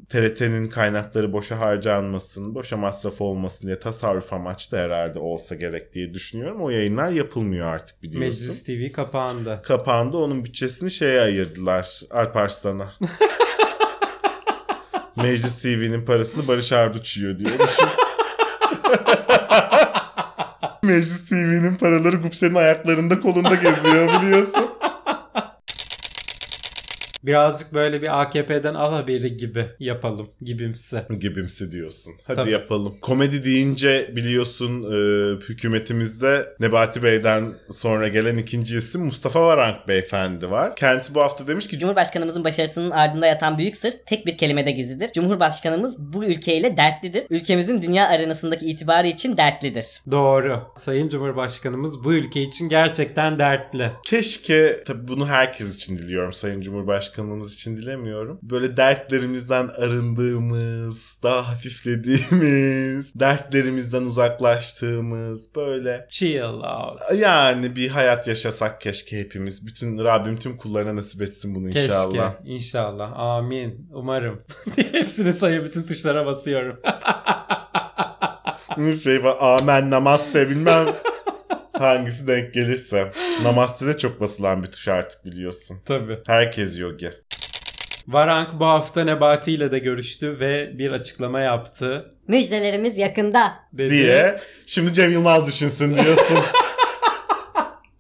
[SPEAKER 3] TRT'nin kaynakları boşa harcanmasın, boşa masraf olmasın diye tasarruf amaçlı herhalde olsa gerek diye düşünüyorum. O yayınlar yapılmıyor artık biliyorsun.
[SPEAKER 4] Meclis TV kapandı.
[SPEAKER 3] Kapandı onun bütçesini şeye ayırdılar Alparslan'a. Meclis TV'nin parasını Barış Arduç yiyor diye düşün. Meclis TV'nin paraları Gupse'nin ayaklarında kolunda geziyor biliyorsun.
[SPEAKER 4] Birazcık böyle bir AKP'den al haberi gibi yapalım gibimsi.
[SPEAKER 3] Gibimsi diyorsun. Hadi
[SPEAKER 4] Tabii.
[SPEAKER 3] yapalım. Komedi deyince biliyorsun e, hükümetimizde Nebati Bey'den sonra gelen ikinci isim Mustafa Varank beyefendi var. Kendisi bu hafta demiş ki
[SPEAKER 6] Cumhurbaşkanımızın başarısının ardında yatan büyük sır tek bir kelimede gizlidir. Cumhurbaşkanımız bu ülkeyle dertlidir. Ülkemizin dünya arenasındaki itibarı için dertlidir.
[SPEAKER 4] Doğru. Sayın Cumhurbaşkanımız bu ülke için gerçekten dertli.
[SPEAKER 3] Keşke tabii bunu herkes için diliyorum. Sayın Cumhurbaşkanımız için dilemiyorum. Böyle dertlerimizden arındığımız, daha hafiflediğimiz, dertlerimizden uzaklaştığımız böyle
[SPEAKER 4] Chill out.
[SPEAKER 3] yani bir hayat yaşasak keşke hepimiz. Bütün Rabbim tüm kullarına nasip etsin bunu
[SPEAKER 4] Keşke.
[SPEAKER 3] inşallah.
[SPEAKER 4] İnşallah. İnşallah. Amin. Umarım. Hepsini sayı bütün tuşlara basıyorum.
[SPEAKER 3] Bir şey var. Amen namaste bilmem hangisi denk gelirse. Namaste de çok basılan bir tuş artık biliyorsun.
[SPEAKER 4] Tabii.
[SPEAKER 3] Herkes yogi.
[SPEAKER 4] Varank bu hafta Nebati ile de görüştü ve bir açıklama yaptı.
[SPEAKER 5] Müjdelerimiz yakında.
[SPEAKER 4] Dedi.
[SPEAKER 3] Diye. Şimdi Cem Yılmaz düşünsün diyorsun.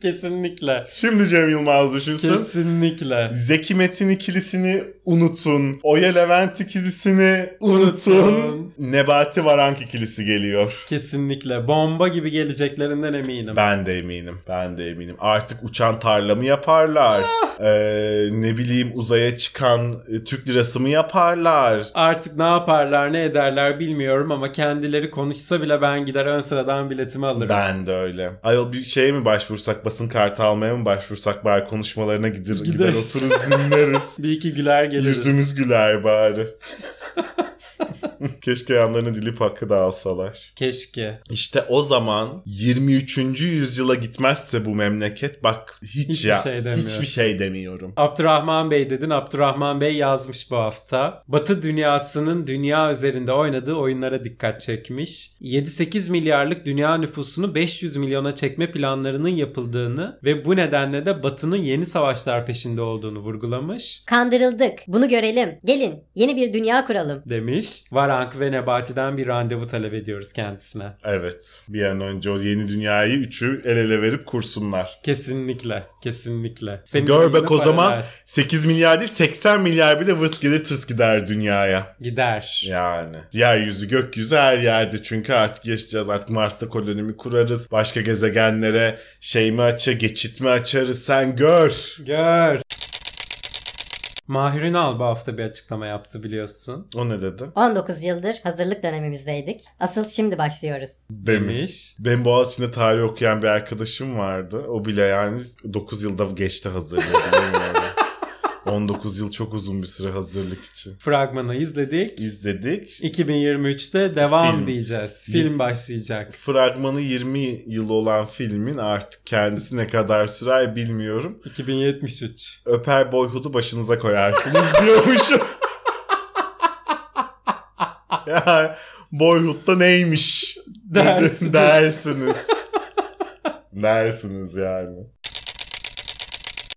[SPEAKER 4] Kesinlikle.
[SPEAKER 3] Şimdi Cem Yılmaz düşünsün.
[SPEAKER 4] Kesinlikle.
[SPEAKER 3] Zeki Metin ikilisini unutun. Oya Levent ikilisini unutun.
[SPEAKER 4] Unutun.
[SPEAKER 3] Nebati Varank ikilisi geliyor.
[SPEAKER 4] Kesinlikle. Bomba gibi geleceklerinden eminim.
[SPEAKER 3] Ben de eminim. Ben de eminim. Artık uçan tarla mı yaparlar? Ee, ne bileyim uzaya çıkan e, Türk lirası mı yaparlar?
[SPEAKER 4] Artık ne yaparlar ne ederler bilmiyorum ama kendileri konuşsa bile ben gider ön sıradan biletimi alırım.
[SPEAKER 3] Ben de öyle. Ayol bir şeye mi başvursak, basın kartı almaya mı başvursak bari konuşmalarına gider, gider
[SPEAKER 4] Gideriz.
[SPEAKER 3] otururuz dinleriz.
[SPEAKER 4] Bir iki güler geliriz.
[SPEAKER 3] Yüzümüz güler bari. Keşke yanlarına dilip hakkı da alsalar.
[SPEAKER 4] Keşke.
[SPEAKER 3] İşte o zaman 23. yüzyıla gitmezse bu memleket bak hiç
[SPEAKER 4] Hiçbir
[SPEAKER 3] ya
[SPEAKER 4] şey demiyorsun.
[SPEAKER 3] hiçbir şey demiyorum.
[SPEAKER 4] Abdurrahman Bey dedin. Abdurrahman Bey yazmış bu hafta. Batı dünyasının dünya üzerinde oynadığı oyunlara dikkat çekmiş. 7-8 milyarlık dünya nüfusunu 500 milyona çekme planlarının yapıldığını ve bu nedenle de Batı'nın yeni savaşlar peşinde olduğunu vurgulamış
[SPEAKER 5] Kandırıldık. Bunu görelim. Gelin yeni bir dünya kuralım.
[SPEAKER 4] demiş. Varank ve Nebati'den bir randevu talep ediyoruz kendisine.
[SPEAKER 3] Evet bir an önce o yeni dünyayı üçü el ele verip kursunlar.
[SPEAKER 4] Kesinlikle, kesinlikle.
[SPEAKER 3] Gör
[SPEAKER 4] elinde
[SPEAKER 3] bak o zaman.
[SPEAKER 4] paralar
[SPEAKER 3] 8 milyar değil 80 milyar bile vırs gelir tırs gider dünyaya.
[SPEAKER 4] Gider.
[SPEAKER 3] Yani yeryüzü gökyüzü her yerde çünkü artık yaşayacağız artık Mars'ta kolonimi kurarız. Başka gezegenlere şey mi açar geçit mi açarız sen gör.
[SPEAKER 4] Gör. Mahir Ünal bu hafta bir açıklama yaptı biliyorsun.
[SPEAKER 3] O ne dedi?
[SPEAKER 5] 19 yıldır hazırlık dönemimizdeydik. Asıl şimdi başlıyoruz.
[SPEAKER 3] Demiş.
[SPEAKER 4] Demiş.
[SPEAKER 3] Ben Boğaziçi'nde tarih okuyan bir arkadaşım vardı. O bile yani 9 yılda geçti hazırlığı. bilmiyorum. 19 yıl çok uzun bir süre hazırlık için.
[SPEAKER 4] Fragmanı izledik.
[SPEAKER 3] İzledik.
[SPEAKER 4] 2023'te devam
[SPEAKER 3] Film.
[SPEAKER 4] diyeceğiz.
[SPEAKER 3] Bir-
[SPEAKER 4] Film başlayacak.
[SPEAKER 3] Fragmanı 20 yıl olan filmin artık kendisi ne kadar sürer bilmiyorum.
[SPEAKER 4] 2073.
[SPEAKER 3] Öper Boyhood'u başınıza koyarsınız diyormuşum. ya Boyhood da neymiş?
[SPEAKER 4] Dersiniz.
[SPEAKER 3] Dersiniz. Dersiniz yani.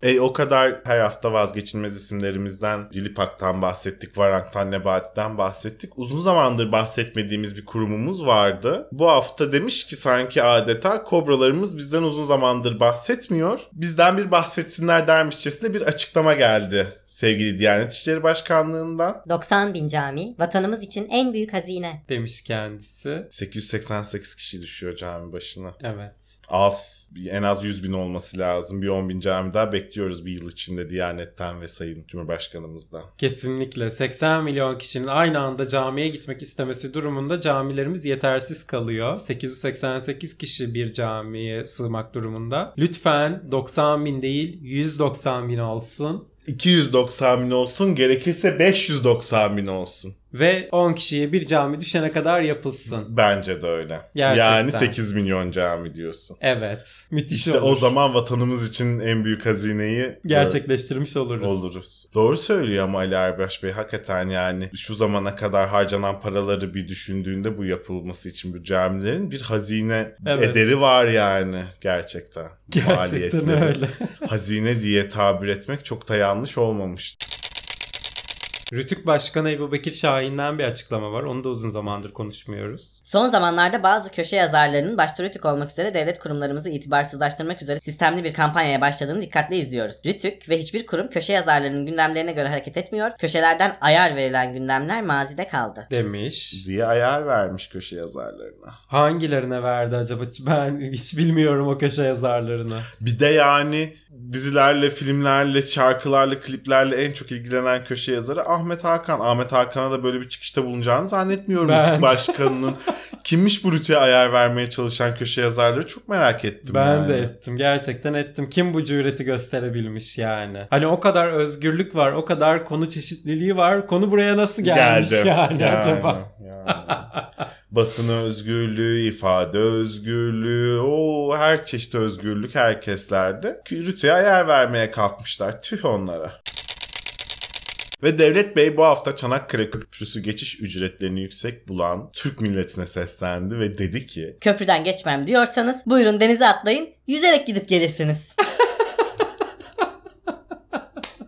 [SPEAKER 3] E, o kadar her hafta vazgeçilmez isimlerimizden Dilipak'tan bahsettik, Varank'tan, Nebati'den bahsettik. Uzun zamandır bahsetmediğimiz bir kurumumuz vardı. Bu hafta demiş ki sanki adeta kobralarımız bizden uzun zamandır bahsetmiyor. Bizden bir bahsetsinler dermişçesine bir açıklama geldi sevgili Diyanet İşleri Başkanlığı'ndan.
[SPEAKER 5] 90 bin cami vatanımız için en büyük hazine.
[SPEAKER 4] Demiş kendisi.
[SPEAKER 3] 888 kişi düşüyor cami başına.
[SPEAKER 4] Evet.
[SPEAKER 3] Az. bir- En az 100 bin olması lazım. Bir 10 bin cami daha bekliyoruz bir yıl içinde Diyanet'ten ve Sayın Cumhurbaşkanımızdan.
[SPEAKER 4] Kesinlikle 80 milyon kişinin aynı anda camiye gitmek istemesi durumunda camilerimiz yetersiz kalıyor. 888 kişi bir camiye sığmak durumunda. Lütfen 90 bin değil 190 bin olsun.
[SPEAKER 3] 290 bin olsun gerekirse 590 bin olsun.
[SPEAKER 4] Ve 10 kişiye bir cami düşene kadar yapılsın.
[SPEAKER 3] Bence de öyle.
[SPEAKER 4] Gerçekten.
[SPEAKER 3] Yani 8 milyon cami diyorsun.
[SPEAKER 4] Evet. Müthiş
[SPEAKER 3] İşte
[SPEAKER 4] olur.
[SPEAKER 3] o zaman vatanımız için en büyük hazineyi
[SPEAKER 4] gerçekleştirmiş oluruz.
[SPEAKER 3] oluruz. Doğru söylüyor ama Ali Erbaş Bey hakikaten yani şu zamana kadar harcanan paraları bir düşündüğünde bu yapılması için bu camilerin bir hazine
[SPEAKER 4] Evet.
[SPEAKER 3] ederi var yani gerçekten.
[SPEAKER 4] Gerçekten
[SPEAKER 3] Maliyetleri.
[SPEAKER 4] öyle.
[SPEAKER 3] hazine diye tabir etmek çok da yanlış olmamış.
[SPEAKER 4] Rütük Başkanı Ebu Bekir Şahin'den bir açıklama var. Onu da uzun zamandır konuşmuyoruz.
[SPEAKER 6] Son zamanlarda bazı köşe yazarlarının başta Rütük olmak üzere devlet kurumlarımızı itibarsızlaştırmak üzere sistemli bir kampanyaya başladığını dikkatle izliyoruz. Rütük ve hiçbir kurum köşe yazarlarının gündemlerine göre hareket etmiyor. Köşelerden ayar verilen gündemler mazide kaldı.
[SPEAKER 4] Demiş.
[SPEAKER 3] Diye ayar vermiş köşe yazarlarına.
[SPEAKER 4] Hangilerine verdi acaba? Ben hiç bilmiyorum o köşe yazarlarını.
[SPEAKER 3] Bir de yani dizilerle, filmlerle, şarkılarla, kliplerle en çok ilgilenen köşe yazarı Ahmet Hakan. Ahmet Hakan'a da böyle bir çıkışta bulunacağını zannetmiyorum.
[SPEAKER 4] Ben-
[SPEAKER 3] Rütük Başkanı'nın kimmiş bu Rütük'e ayar vermeye çalışan köşe yazarları çok merak ettim.
[SPEAKER 4] Ben
[SPEAKER 3] yani.
[SPEAKER 4] de ettim. Gerçekten ettim. Kim bu cüreti gösterebilmiş yani? Hani o kadar özgürlük var, o kadar konu çeşitliliği var. Konu buraya nasıl gelmiş
[SPEAKER 3] Geldi.
[SPEAKER 4] yani acaba?
[SPEAKER 3] yani. Basın özgürlüğü, ifade özgürlüğü, o her çeşit özgürlük herkeslerde. Rütü'ye ayar vermeye kalkmışlar. Tüh onlara. Ve Devlet Bey bu hafta Çanakkale Köprüsü geçiş ücretlerini yüksek bulan Türk milletine seslendi ve dedi ki
[SPEAKER 6] Köprüden geçmem diyorsanız buyurun denize atlayın, yüzerek gidip gelirsiniz.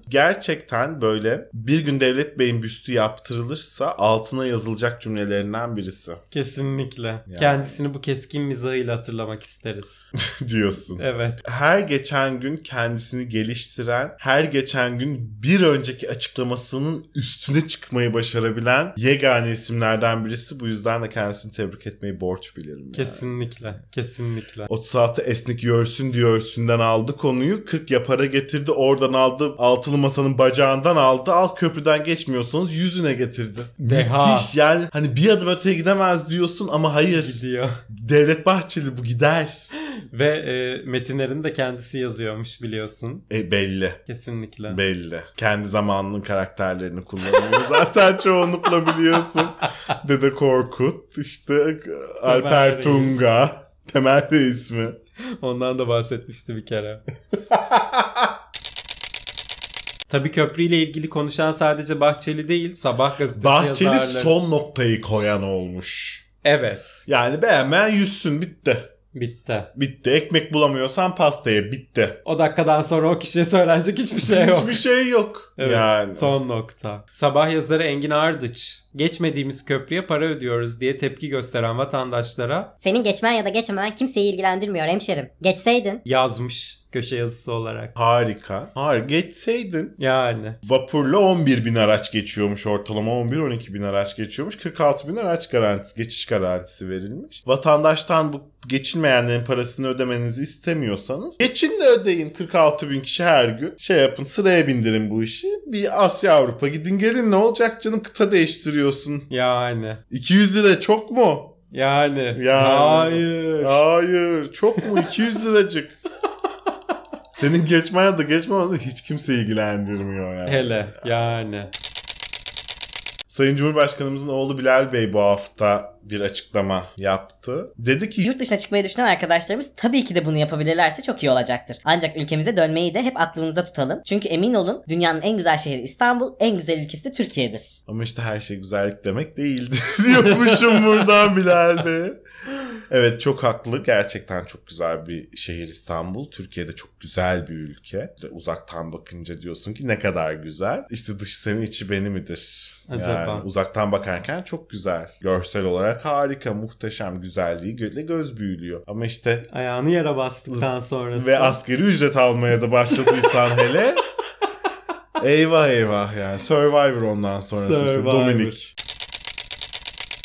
[SPEAKER 3] gerçekten böyle bir gün Devlet Bey'in büstü yaptırılırsa altına yazılacak cümlelerinden birisi
[SPEAKER 4] Kesinlikle.
[SPEAKER 3] Yani.
[SPEAKER 4] Kendisini bu keskin mizahıyla hatırlamak isteriz.
[SPEAKER 3] diyorsun.
[SPEAKER 4] Evet.
[SPEAKER 3] her geçen gün kendisini geliştiren, her geçen gün bir önceki açıklamasının üstüne çıkmayı başarabilen yegane isimlerden birisi. Bu yüzden de kendisini tebrik etmeyi borç bilirim. yani.
[SPEAKER 4] Kesinlikle. Kesinlikle.
[SPEAKER 3] 36 esnik görsün diyorsundan aldı konuyu. 40 yapara getirdi. Oradan aldı. Altılı masanın bacağından aldı. Al köprüden geçmiyorsanız yüzüne getirdi.
[SPEAKER 4] Deha.
[SPEAKER 3] Müthiş yani hani bir adım öteye gidemez diyorsun ama hayır.
[SPEAKER 4] Gidiyor.
[SPEAKER 3] Devlet Bahçeli bu gider.
[SPEAKER 4] Ve e, metinlerini de kendisi yazıyormuş biliyorsun.
[SPEAKER 3] E, belli.
[SPEAKER 4] Kesinlikle.
[SPEAKER 3] Belli. Kendi zamanının karakterlerini kullanıyor. Zaten çoğunlukla biliyorsun. Dede Korkut, işte Alper
[SPEAKER 4] Reis.
[SPEAKER 3] Tunga, Temel Reis mi?
[SPEAKER 4] Ondan da bahsetmişti bir kere. Tabii köprüyle ilgili konuşan sadece Bahçeli değil, Sabah gazetesi
[SPEAKER 3] Bahçeli
[SPEAKER 4] yazarları.
[SPEAKER 3] son noktayı koyan olmuş.
[SPEAKER 4] Evet,
[SPEAKER 3] Yani beğenmeyen yüzsün bitti.
[SPEAKER 4] bitti.
[SPEAKER 3] Bitti. Ekmek bulamıyorsan pastaya bitti.
[SPEAKER 4] O dakikadan sonra o kişiye söylenecek hiçbir şey yok.
[SPEAKER 3] Hiçbir şey yok.
[SPEAKER 4] Evet,
[SPEAKER 3] yani.
[SPEAKER 4] son nokta. Sabah yazarı Engin Ardıç, geçmediğimiz köprüye para ödüyoruz diye tepki gösteren vatandaşlara
[SPEAKER 5] Senin geçmen ya da geçmemen kimseyi ilgilendirmiyor hemşerim. Geçseydin.
[SPEAKER 4] yazmış köşe yazısı olarak.
[SPEAKER 3] Harika. Har geçseydin.
[SPEAKER 4] Yani
[SPEAKER 3] Vapurla 11 bin araç geçiyormuş ortalama 11-12 bin araç geçiyormuş. 46 bin araç garantisi, geçiş garantisi verilmiş. Vatandaştan bu geçinmeyenlerin parasını ödemenizi istemiyorsanız geçin de ödeyin 46 bin kişi her gün. Şey yapın sıraya bindirin bu işi. Bir Asya Avrupa gidin gelin ne olacak canım kıta değiştiriyorsun.
[SPEAKER 4] yani
[SPEAKER 3] 200 lira çok mu?
[SPEAKER 4] yani,
[SPEAKER 3] Yani.
[SPEAKER 4] hayır.
[SPEAKER 3] Hayır çok mu 200 liracık? Senin geçmen ya da geçmemen hiç kimse ilgilendirmiyor yani.
[SPEAKER 4] Hele yani.
[SPEAKER 3] Sayın Cumhurbaşkanımızın oğlu Bilal Bey bu hafta bir açıklama yaptı. Dedi ki
[SPEAKER 6] Yurt dışına çıkmayı düşünen arkadaşlarımız tabii ki de bunu yapabilirlerse çok iyi olacaktır. Ancak ülkemize dönmeyi de hep aklımızda tutalım. Çünkü emin olun dünyanın en güzel şehri İstanbul, en güzel ülkesi de Türkiye'dir.
[SPEAKER 3] ama işte her şey güzellik demek değildir diyormuşum buradan Bilal Bey. Evet çok haklı. Gerçekten çok güzel bir şehir İstanbul. Türkiye'de çok güzel bir ülke. Uzaktan bakınca diyorsun ki ne kadar güzel. İşte dışı senin içi beni midir?
[SPEAKER 4] Acaba.
[SPEAKER 3] Yani uzaktan bakarken çok güzel. Görsel olarak harika, muhteşem güzelliği göle göz büyülüyor. Ama işte
[SPEAKER 4] Ayağını yere bastıktan sonrası.
[SPEAKER 3] Ve askeri ücret almaya da başladıysan hele. Eyvah eyvah yani. Survivor ondan sonrası işte
[SPEAKER 4] Survivor.
[SPEAKER 3] Dominik.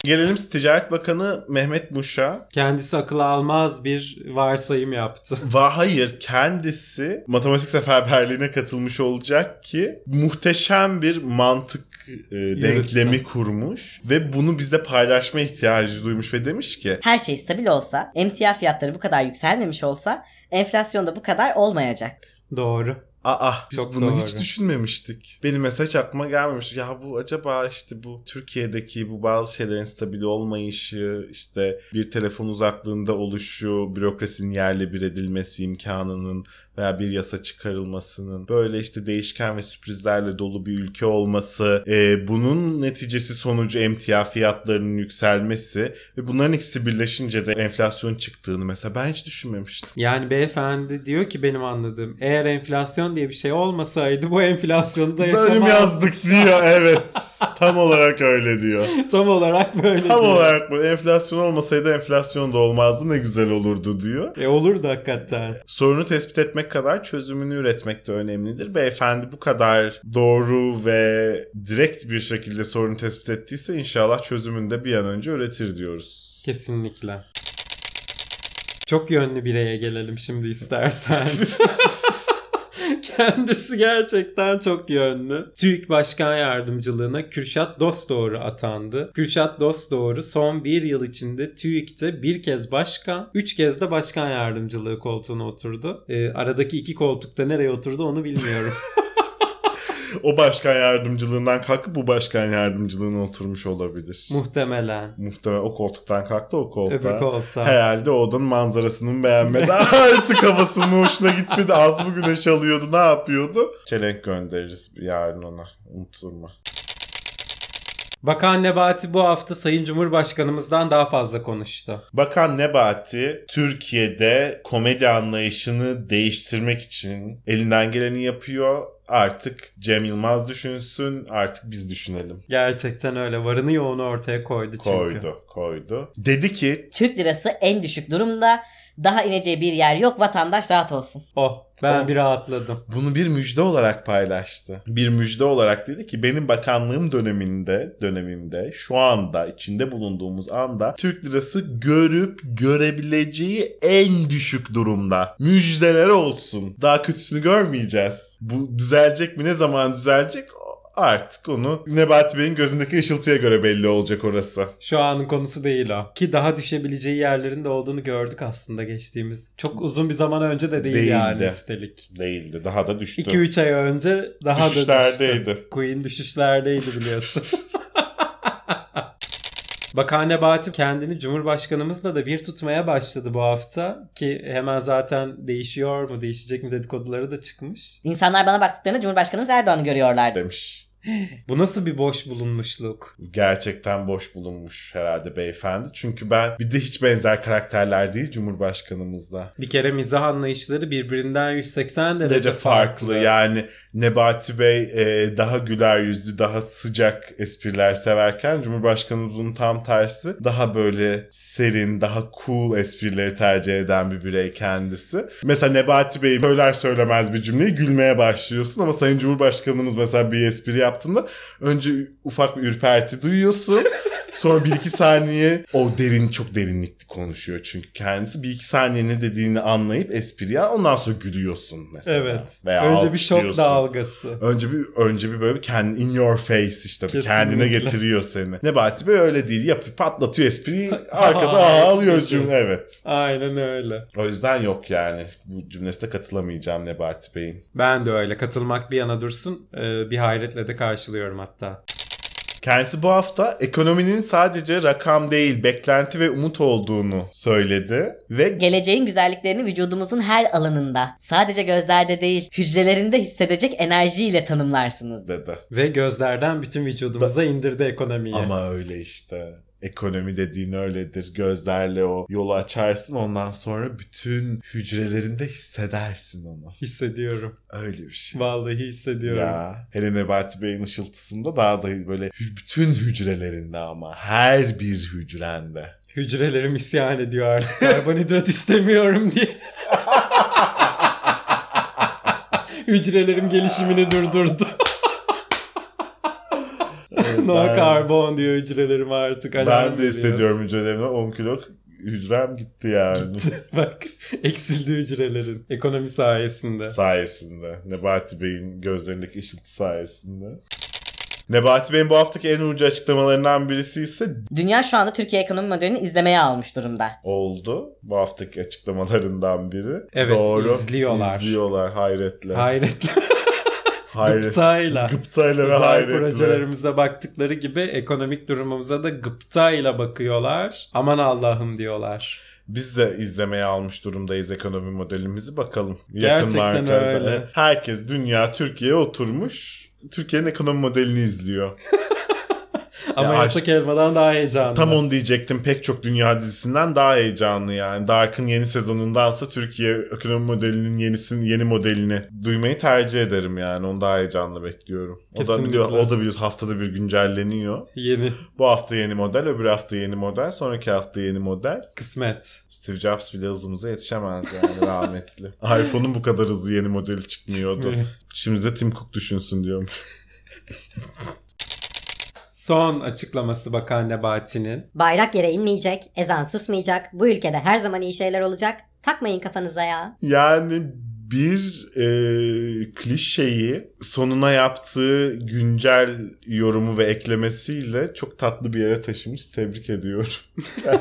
[SPEAKER 3] Gelelim Ticaret Bakanı Mehmet Muş'a.
[SPEAKER 4] Kendisi akıl almaz bir varsayım yaptı.
[SPEAKER 3] Var hayır kendisi matematik seferberliğine katılmış olacak ki muhteşem bir mantık e, denklemi kurmuş ve bunu bizle paylaşma ihtiyacı duymuş ve demiş ki
[SPEAKER 6] Her şey stabil olsa, emtia fiyatları bu kadar yükselmemiş olsa, enflasyon da bu kadar olmayacak.
[SPEAKER 4] Doğru.
[SPEAKER 3] Aa biz
[SPEAKER 4] Çok
[SPEAKER 3] bunu
[SPEAKER 4] doğru.
[SPEAKER 3] hiç düşünmemiştik. Benim mesaj aklıma gelmemiş. Ya bu acaba işte bu Türkiye'deki bu bazı şeylerin stabil olmayışı, işte bir telefon uzaklığında oluşu, bürokrasinin yerle bir edilmesi imkanının veya bir yasa çıkarılmasının böyle işte değişken ve sürprizlerle dolu bir ülke olması, e, bunun neticesi sonucu emtia fiyatlarının yükselmesi ve bunların ikisi birleşince de enflasyon çıktığını mesela ben hiç düşünmemiştim.
[SPEAKER 4] Yani beyefendi diyor ki benim anladığım eğer enflasyon diye bir şey olmasaydı bu enflasyonu da
[SPEAKER 3] Dönüm
[SPEAKER 4] yaşamazdık.
[SPEAKER 3] yazdık diyor evet. Tam olarak öyle diyor.
[SPEAKER 4] Tam olarak böyle
[SPEAKER 3] Tam
[SPEAKER 4] diyor.
[SPEAKER 3] olarak bu enflasyon olmasaydı enflasyon da olmazdı ne güzel olurdu diyor.
[SPEAKER 4] E olur da hakikaten.
[SPEAKER 3] Sorunu tespit etmek kadar çözümünü üretmek de önemlidir. Beyefendi bu kadar doğru ve direkt bir şekilde sorunu tespit ettiyse inşallah çözümünü de bir an önce üretir diyoruz.
[SPEAKER 4] Kesinlikle. Çok yönlü bireye gelelim şimdi istersen. Kendisi gerçekten çok yönlü. TÜİK Başkan Yardımcılığına Kürşat Dostdoğru atandı. Kürşat Dostdoğru son bir yıl içinde TÜİK'te bir kez başkan, üç kez de başkan yardımcılığı koltuğuna oturdu. Ee, aradaki iki koltukta nereye oturdu onu bilmiyorum.
[SPEAKER 3] o başkan yardımcılığından kalkıp bu başkan yardımcılığına oturmuş olabilir.
[SPEAKER 4] Muhtemelen.
[SPEAKER 3] Muhtemelen o koltuktan kalktı o koltuğa.
[SPEAKER 4] Öbür koltuğa.
[SPEAKER 3] Herhalde odanın manzarasını beğenmedi. Artık havasının hoşuna gitmedi. Az mı güneş alıyordu ne yapıyordu? Çelenk göndeririz yarın ona. Unutulma.
[SPEAKER 4] Bakan Nebati bu hafta Sayın Cumhurbaşkanımızdan daha fazla konuştu.
[SPEAKER 3] Bakan Nebati Türkiye'de komedi anlayışını değiştirmek için elinden geleni yapıyor. Artık Cem Yılmaz düşünsün, artık biz düşünelim.
[SPEAKER 4] Gerçekten öyle. Varını yoğunu ortaya koydu E, çünkü.
[SPEAKER 3] Koydu, koydu. Dedi ki
[SPEAKER 6] Türk lirası en düşük durumda, daha ineceği bir yer yok, vatandaş rahat olsun.
[SPEAKER 4] Oh ben
[SPEAKER 3] Oh.
[SPEAKER 4] bir rahatladım.
[SPEAKER 3] Bunu bir müjde olarak paylaştı. Bir müjde olarak dedi ki benim bakanlığım döneminde, dönemimde şu anda içinde bulunduğumuz anda Türk lirası görüp görebileceği en düşük durumda. Müjdeler olsun. Daha kötüsünü görmeyeceğiz. Bu düzelecek mi? Ne zaman düzelecek? artık onu Nebati Bey'in gözündeki ışıltıya göre belli olacak orası.
[SPEAKER 4] Şu anın konusu değil o. Ki daha düşebileceği yerlerin de olduğunu gördük aslında geçtiğimiz. Çok uzun bir zaman önce de değil
[SPEAKER 3] Değildi.
[SPEAKER 4] yani üstelik.
[SPEAKER 3] Değildi. Daha da düştü.
[SPEAKER 4] 2-3 ay önce daha da düştü.
[SPEAKER 3] Düşüşlerdeydi.
[SPEAKER 4] Queen düşüşlerdeydi biliyorsun. Bakan Nebati kendini Cumhurbaşkanımızla da bir tutmaya başladı bu hafta ki hemen zaten değişiyor mu değişecek mi dedikoduları da çıkmış.
[SPEAKER 6] İnsanlar bana baktıklarında Cumhurbaşkanımız Erdoğan'ı görüyorlardı.
[SPEAKER 3] Demiş.
[SPEAKER 4] Bu nasıl bir boş bulunmuşluk?
[SPEAKER 3] Gerçekten boş bulunmuş herhalde beyefendi. Çünkü ben bir de hiç benzer karakterler değil Cumhurbaşkanımızla.
[SPEAKER 4] Bir kere mizah anlayışları birbirinden 180 derece,
[SPEAKER 3] Derece farklı. Yani Nebati Bey e, daha güler yüzlü, daha sıcak espriler severken Cumhurbaşkanı bunun tam tersi. Daha böyle serin, daha cool esprileri tercih eden bir birey kendisi. Mesela Nebati Bey söyler söylemez bir cümleyi gülmeye başlıyorsun ama Sayın Cumhurbaşkanımız mesela bir espri yaptığında önce ufak bir ürperti duyuyorsun. Sonra bir iki saniye o derin çok derinlikli konuşuyor çünkü kendisi. Bir iki saniye ne dediğini anlayıp espriye ondan sonra gülüyorsun mesela.
[SPEAKER 4] Evet.
[SPEAKER 3] Veya
[SPEAKER 4] Önce bir şok
[SPEAKER 3] alkışlıyorsun.
[SPEAKER 4] dalgası.
[SPEAKER 3] Önce bir önce bir böyle kendi in your face işte bir
[SPEAKER 4] Kesinlikle.
[SPEAKER 3] kendine getiriyor seni. Nebati Bey öyle değil. Yapıp patlatıyor espriyi arkasına ağlıyor cümle. Evet.
[SPEAKER 4] Aynen öyle.
[SPEAKER 3] O yüzden yok yani. Bu cümlesine katılamayacağım Nebati Bey'in.
[SPEAKER 4] Ben de öyle. Katılmak bir yana dursun. Ee, bir hayretle de karşılıyorum hatta.
[SPEAKER 3] Kendisi bu hafta ekonominin sadece rakam değil, beklenti ve umut olduğunu söyledi ve
[SPEAKER 6] Geleceğin güzelliklerini vücudumuzun her alanında, sadece gözlerde değil, hücrelerinde hissedecek enerjiyle tanımlarsınız.
[SPEAKER 3] dedi.
[SPEAKER 4] Ve gözlerden bütün vücudumuza indirdi ekonomiyi.
[SPEAKER 3] Ama öyle işte. Ekonomi dediğin öyledir. Gözlerle o yolu açarsın ondan sonra bütün hücrelerinde hissedersin onu.
[SPEAKER 4] Hissediyorum.
[SPEAKER 3] Öyle bir şey.
[SPEAKER 4] Vallahi hissediyorum.
[SPEAKER 3] Ya hele Nebati Bey'in ışıltısında daha da böyle hü- bütün hücrelerinde ama her bir hücrende.
[SPEAKER 4] Hücrelerim isyan ediyor artık. Karbonhidrat istemiyorum diye. Hücrelerim gelişimini durdurdu. no
[SPEAKER 3] Ben-
[SPEAKER 4] karbon diyor hücrelerim artık. Alarm
[SPEAKER 3] Ben de
[SPEAKER 4] veriyor.
[SPEAKER 3] hissediyorum hücrelerimde 10 kilo hücrem gitti yani.
[SPEAKER 4] Bak eksildi hücrelerin ekonomi sayesinde.
[SPEAKER 3] sayesinde. Nebati Bey'in gözlerindeki ışıltı sayesinde. Nebati Bey'in bu haftaki en ucu açıklamalarından birisi ise
[SPEAKER 6] Dünya şu anda Türkiye ekonomi modelini izlemeye almış durumda.
[SPEAKER 3] oldu. Bu haftaki açıklamalarından biri.
[SPEAKER 4] Evet, izliyorlar.
[SPEAKER 3] İzliyorlar hayretle.
[SPEAKER 4] Hayretle,
[SPEAKER 3] Hayret.
[SPEAKER 4] gıptayla.
[SPEAKER 3] Gıptayla ve
[SPEAKER 4] Uzay
[SPEAKER 3] hayretle.
[SPEAKER 4] projelerimize baktıkları gibi ekonomik durumumuza da gıptayla bakıyorlar. Aman Allah'ım diyorlar.
[SPEAKER 3] Biz de izlemeye almış durumdayız ekonomi modelimizi. Bakalım.
[SPEAKER 4] Gerçekten
[SPEAKER 3] Yakın arkadaşlar.
[SPEAKER 4] öyle.
[SPEAKER 3] Herkes dünya Türkiye'ye oturmuş. Türkiye'nin ekonomi modelini izliyor.
[SPEAKER 4] Ama
[SPEAKER 3] Ya
[SPEAKER 4] yasak elmadan daha heyecanlı.
[SPEAKER 3] Tam onu diyecektim. Pek çok dünya dizisinden daha heyecanlı yani. Dark'ın yeni sezonundansa Türkiye ekonomi modelinin yenisini, yeni modelini duymayı tercih ederim yani. Onu daha heyecanlı bekliyorum. O da,
[SPEAKER 4] Kesinlikle.
[SPEAKER 3] biliyor, o da bir haftada bir güncelleniyor.
[SPEAKER 4] Yeni
[SPEAKER 3] Bu hafta yeni model, öbür hafta yeni model, sonraki hafta yeni model.
[SPEAKER 4] kısmet.
[SPEAKER 3] Steve Jobs bile hızımıza yetişemez yani rahmetli. iPhone'un bu kadar hızlı yeni modeli çıkmıyordu. Şimdi de Tim Cook düşünsün diyormuş.
[SPEAKER 4] Son açıklaması Bakan Nebati'nin.
[SPEAKER 5] Bayrak yere inmeyecek, ezan susmayacak, bu ülkede her zaman iyi şeyler olacak. Takmayın kafanıza ya.
[SPEAKER 3] Yani bir e, klişeyi sonuna yaptığı güncel yorumu ve eklemesiyle çok tatlı bir yere taşımış. Tebrik ediyorum.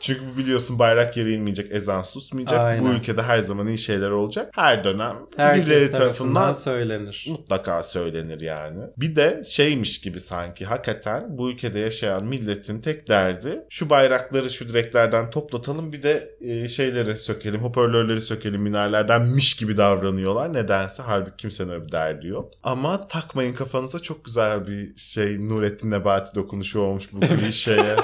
[SPEAKER 3] Çünkü bu biliyorsun bayrak yere inmeyecek, ezan susmayacak. Bu
[SPEAKER 4] Aynen.
[SPEAKER 3] ülkede her zaman iyi şeyler olacak. Her dönem
[SPEAKER 4] Herkes
[SPEAKER 3] birileri
[SPEAKER 4] tarafından
[SPEAKER 3] tarafından
[SPEAKER 4] söylenir.
[SPEAKER 3] mutlaka söylenir yani. Bir de şeymiş gibi sanki hakikaten bu ülkede yaşayan milletin tek derdi şu bayrakları şu direklerden toplatalım bir de e, şeyleri sökelim hoparlörleri sökelim minarelerdenmiş gibi davranıyorlar nedense halbuki kimsenin öyle bir derdi yok. Ama takmayın kafanıza çok güzel bir şey Nurettin Nebati dokunuşu olmuş bu bir şeye.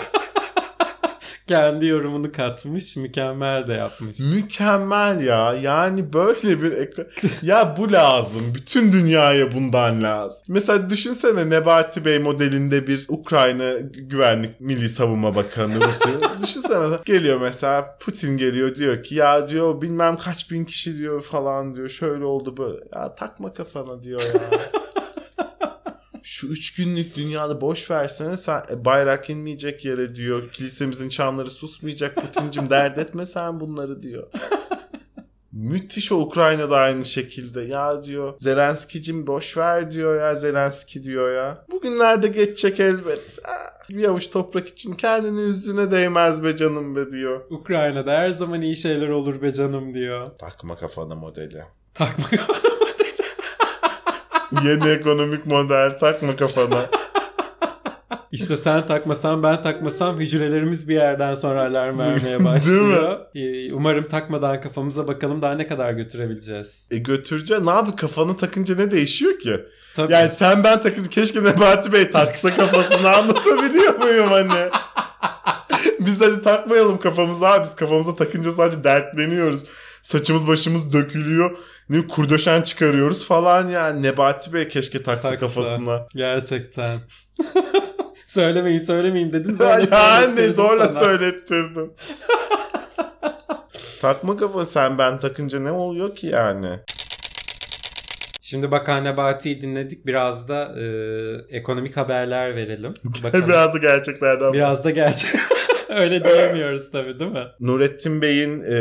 [SPEAKER 4] Kendi yorumunu katmış, mükemmel de yapmış.
[SPEAKER 3] Mükemmel ya. Yani böyle bir ek- ya bu lazım. Bütün dünyaya bundan lazım. Mesela düşünsene Nebati Bey modelinde bir Ukrayna Güvenlik Milli Savunma Bakanı Rusya. düşünsene geliyor mesela Putin geliyor diyor ki ya diyor bilmem kaç bin kişi diyor falan diyor. Şöyle oldu böyle. Ya takma kafana diyor ya. Şu üç günlük dünyada boş versene sen e, bayrak inmeyecek yere diyor. Kilisemizin çanları susmayacak Putin'cim dert etme sen bunları diyor. Müthiş o Ukrayna'da aynı şekilde. Ya diyor Zelenskicim boş ver diyor ya Zelenski diyor ya. Bugünlerde geçecek elbet. Ah, Bir avuç toprak için kendini üzdüğüne değmez be canım be diyor.
[SPEAKER 4] Ukrayna'da her zaman iyi şeyler olur be canım diyor.
[SPEAKER 3] Takma kafana modeli.
[SPEAKER 4] Takma
[SPEAKER 3] Yeni ekonomik model takma kafana.
[SPEAKER 4] İşte sen takmasan ben takmasam hücrelerimiz bir yerden sonra alarm vermeye başlıyor. Ee, Umarım takmadan kafamıza bakalım daha ne kadar götürebileceğiz.
[SPEAKER 3] E götürece ne yapayım kafanı takınca ne değişiyor ki?
[SPEAKER 4] Tabii.
[SPEAKER 3] Yani sen ben takın keşke Nebati Bey taksa kafasını anlatabiliyor muyum hani? biz hadi takmayalım kafamıza abi. Biz kafamıza takınca sadece dertleniyoruz. Saçımız başımız dökülüyor. Ne kurdöşen çıkarıyoruz falan yani. Nebati Bey keşke taksa,
[SPEAKER 4] Taksa.
[SPEAKER 3] kafasına.
[SPEAKER 4] Gerçekten. söylemeyeyim söylemeyeyim dedim.
[SPEAKER 3] yani
[SPEAKER 4] söylettirdim
[SPEAKER 3] zorla
[SPEAKER 4] sana.
[SPEAKER 3] söylettirdin. Takma kafa sen ben takınca ne oluyor ki yani?
[SPEAKER 4] Şimdi Bakan Nebati'yi dinledik. Biraz da e, ekonomik haberler verelim. Bakalım. biraz...
[SPEAKER 3] Biraz da gerçeklerden
[SPEAKER 4] da gerçek. Öyle diyemiyoruz tabii değil mi?
[SPEAKER 3] Nurettin Bey'in e,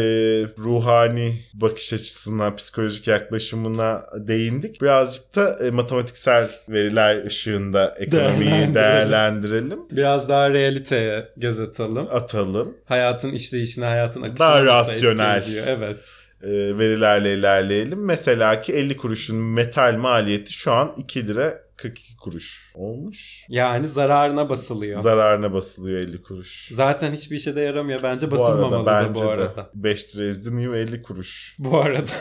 [SPEAKER 3] ruhani bakış açısına, psikolojik yaklaşımına değindik. Birazcık da e, matematiksel veriler ışığında ekonomiyi
[SPEAKER 4] Değerlendirelim.
[SPEAKER 3] değerlendirelim.
[SPEAKER 4] Biraz daha realiteye göz atalım.
[SPEAKER 3] Atalım.
[SPEAKER 4] Hayatın işleyişine, hayatın akışına.
[SPEAKER 3] Daha
[SPEAKER 4] nasıl
[SPEAKER 3] rasyonel.
[SPEAKER 4] etkilediği, Evet.
[SPEAKER 3] E, verilerle ilerleyelim. Mesela ki 50 kuruşun metal maliyeti şu an 2 lira 42 kuruş olmuş.
[SPEAKER 4] Yani zararına basılıyor.
[SPEAKER 3] Zararına basılıyor 50 kuruş.
[SPEAKER 4] Zaten hiçbir işe de yaramıyor. Bence
[SPEAKER 3] Bu arada
[SPEAKER 4] basılmamalı da bu arada.
[SPEAKER 3] de 5 lira izdi niye 50 kuruş.
[SPEAKER 4] Bu arada.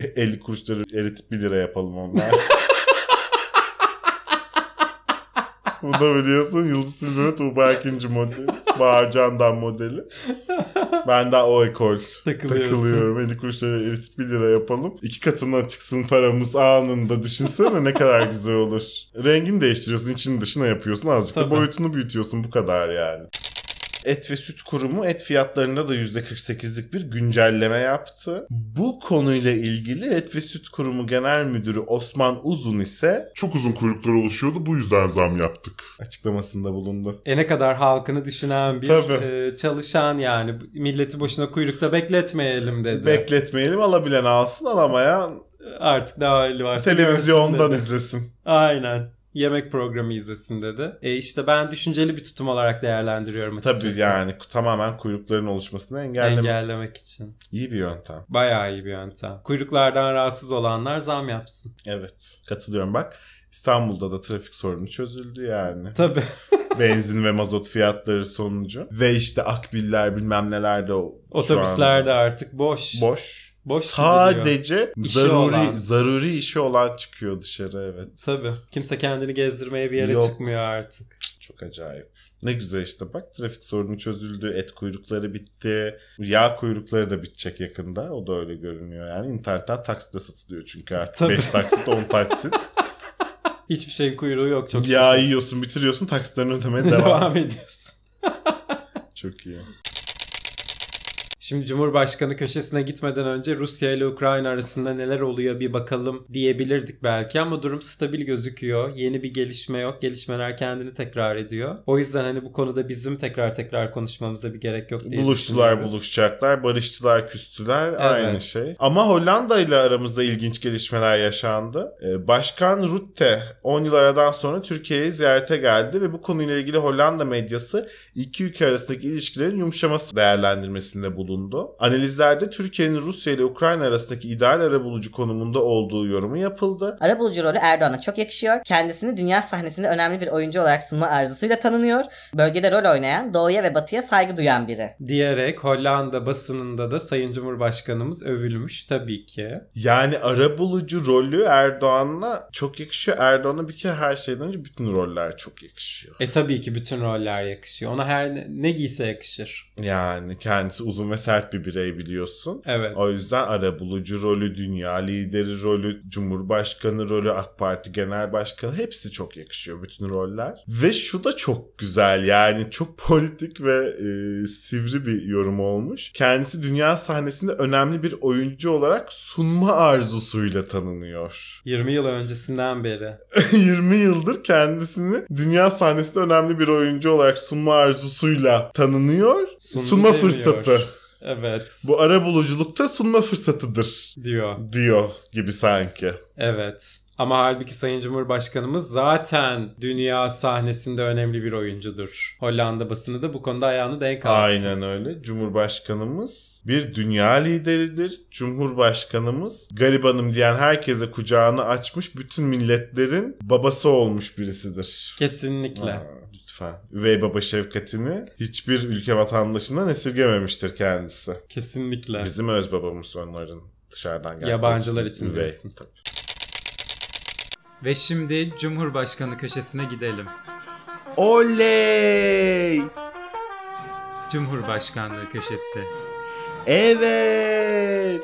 [SPEAKER 3] 50 E, kuruşları eritip 1 lira yapalım onlar. Bu da biliyorsun Yıldız Silver'ın Tuğba Erkinci modeli. Bahar Candan modeli. Ben daha o ekol
[SPEAKER 4] Takılıyorsun.
[SPEAKER 3] takılıyorum. 50 kuruşları eritip 1 lira yapalım. İki katına çıksın paramız anında. Düşünsene ne kadar güzel olur. Rengini değiştiriyorsun. içini dışına yapıyorsun. Azıcık da
[SPEAKER 4] Tabii.
[SPEAKER 3] boyutunu büyütüyorsun. Bu kadar yani. Et ve Süt Kurumu et fiyatlarında da %48'lik bir güncelleme yaptı. Bu konuyla ilgili Et ve Süt Kurumu Genel Müdürü Osman Uzun ise
[SPEAKER 7] Çok uzun kuyruklar oluşuyordu bu yüzden zam yaptık.
[SPEAKER 3] açıklamasında bulundu.
[SPEAKER 4] E ne kadar halkını düşünen bir
[SPEAKER 3] Tabii.
[SPEAKER 4] e, çalışan yani. Milleti boşuna kuyrukta bekletmeyelim dedi.
[SPEAKER 3] Bekletmeyelim alabilen alsın alamayan
[SPEAKER 4] Artık daha hali varsa
[SPEAKER 3] televizyondan
[SPEAKER 4] görsün dedi.
[SPEAKER 3] izlesin.
[SPEAKER 4] Aynen. Yemek programı izlesin dedi. E işte ben düşünceli bir tutum olarak değerlendiriyorum açıkçası.
[SPEAKER 3] Tabii yani tamamen kuyrukların oluşmasını engellemek.
[SPEAKER 4] Engellemek için.
[SPEAKER 3] İyi bir yöntem.
[SPEAKER 4] Bayağı iyi bir yöntem. Kuyruklardan rahatsız olanlar zam yapsın.
[SPEAKER 3] Evet. Katılıyorum bak. İstanbul'da da trafik sorunu çözüldü yani.
[SPEAKER 4] Tabii.
[SPEAKER 3] Benzin ve mazot fiyatları sonucu. Ve işte akbiller bilmem neler de o- şu
[SPEAKER 4] Otobüsler de
[SPEAKER 3] an
[SPEAKER 4] artık boş.
[SPEAKER 3] boş.
[SPEAKER 4] Boş
[SPEAKER 3] Sadece
[SPEAKER 4] İşi
[SPEAKER 3] zaruri
[SPEAKER 4] olan.
[SPEAKER 3] zaruri işi olan çıkıyor dışarı evet.
[SPEAKER 4] Tabii. Kimse kendini gezdirmeye bir yere
[SPEAKER 3] Yok.
[SPEAKER 4] çıkmıyor artık.
[SPEAKER 3] Çok acayip. Ne güzel işte bak trafik sorunu çözüldü, et kuyrukları bitti, yağ kuyrukları da bitecek yakında. O da öyle görünüyor yani. internetten taksitle satılıyor çünkü artık.
[SPEAKER 4] Tabii.
[SPEAKER 3] 5 taksit, 10 taksit.
[SPEAKER 4] Hiçbir şeyin kuyruğu yok çok
[SPEAKER 3] yağ
[SPEAKER 4] şükür.
[SPEAKER 3] yiyorsun, bitiriyorsun, taksitlerini ödemeye
[SPEAKER 4] devam.
[SPEAKER 3] devam.
[SPEAKER 4] ediyorsun.
[SPEAKER 3] Çok iyi.
[SPEAKER 4] Şimdi Cumhurbaşkanı köşesine gitmeden önce Rusya ile Ukrayna arasında neler oluyor bir bakalım diyebilirdik belki ama durum stabil gözüküyor. Yeni bir gelişme yok. Gelişmeler kendini tekrar ediyor. O yüzden hani bu konuda bizim tekrar tekrar konuşmamıza bir gerek yok diye
[SPEAKER 3] Buluştular,
[SPEAKER 4] düşünüyoruz.
[SPEAKER 3] buluşacaklar, barışçılar, küstüler aynı
[SPEAKER 4] Evet.
[SPEAKER 3] şey. Ama Hollanda ile aramızda ilginç gelişmeler yaşandı. Ee, Başkan Rutte 10 yıl aradan sonra Türkiye'ye ziyarete geldi ve bu konuyla ilgili Hollanda medyası iki ülke arasındaki ilişkilerin yumuşaması değerlendirmesinde bulundu. Analizlerde Türkiye'nin Rusya ile Ukrayna arasındaki ideal arabulucu konumunda olduğu yorumu yapıldı.
[SPEAKER 6] Arabulucu rolü Erdoğan'a çok yakışıyor. Kendisini dünya sahnesinde önemli bir oyuncu olarak sunma arzusuyla tanınıyor. Bölgede rol oynayan, doğuya ve batıya saygı duyan biri.
[SPEAKER 4] diyerek Hollanda basınında da Sayın Cumhurbaşkanımız övülmüş tabii ki.
[SPEAKER 3] Yani arabulucu rolü Erdoğan'la çok yakışıyor. Erdoğan'a bir kere her şeyden önce bütün roller çok yakışıyor.
[SPEAKER 4] E tabii ki bütün roller yakışıyor. Ona her ne, ne giyse yakışır.
[SPEAKER 3] Yani kendisi uzun ve sert bir birey biliyorsun.
[SPEAKER 4] Evet.
[SPEAKER 3] O yüzden arabulucu rolü, dünya lideri rolü, cumhurbaşkanı rolü, AK Parti genel başkanı hepsi çok yakışıyor bütün roller. Ve şu da çok güzel yani çok politik ve e, sivri bir yorum olmuş. Kendisi dünya sahnesinde önemli bir oyuncu olarak sunma arzusuyla tanınıyor.
[SPEAKER 4] 20 yıl öncesinden beri.
[SPEAKER 3] 20 yıldır kendisini dünya sahnesinde önemli bir oyuncu olarak sunma arzusuyla tanınıyor.
[SPEAKER 4] Sundu
[SPEAKER 3] sunma
[SPEAKER 4] demiyor.
[SPEAKER 3] fırsatı
[SPEAKER 4] Evet
[SPEAKER 3] Bu ara buluculukta sunma fırsatıdır
[SPEAKER 4] diyor.
[SPEAKER 3] diyor gibi sanki.
[SPEAKER 4] Evet. Ama halbuki Sayın Cumhurbaşkanımız zaten dünya sahnesinde önemli bir oyuncudur. Hollanda basını da bu konuda ayağını denk alsın.
[SPEAKER 3] Aynen öyle. Cumhurbaşkanımız bir dünya lideridir. Cumhurbaşkanımız garibanım diyen herkese kucağını açmış bütün milletlerin babası olmuş birisidir.
[SPEAKER 4] Kesinlikle.
[SPEAKER 3] Aa, lütfen. Üvey baba şefkatini hiçbir ülke vatandaşından esirgememiştir kendisi.
[SPEAKER 4] Kesinlikle.
[SPEAKER 3] Bizim öz babamız onların dışarıdan geldiği
[SPEAKER 4] Yabancılar için diyorsun.
[SPEAKER 3] tabii.
[SPEAKER 4] Ve şimdi Cumhurbaşkanı köşesine gidelim.
[SPEAKER 8] Oley!
[SPEAKER 4] Cumhurbaşkanlığı köşesi.
[SPEAKER 8] Evet!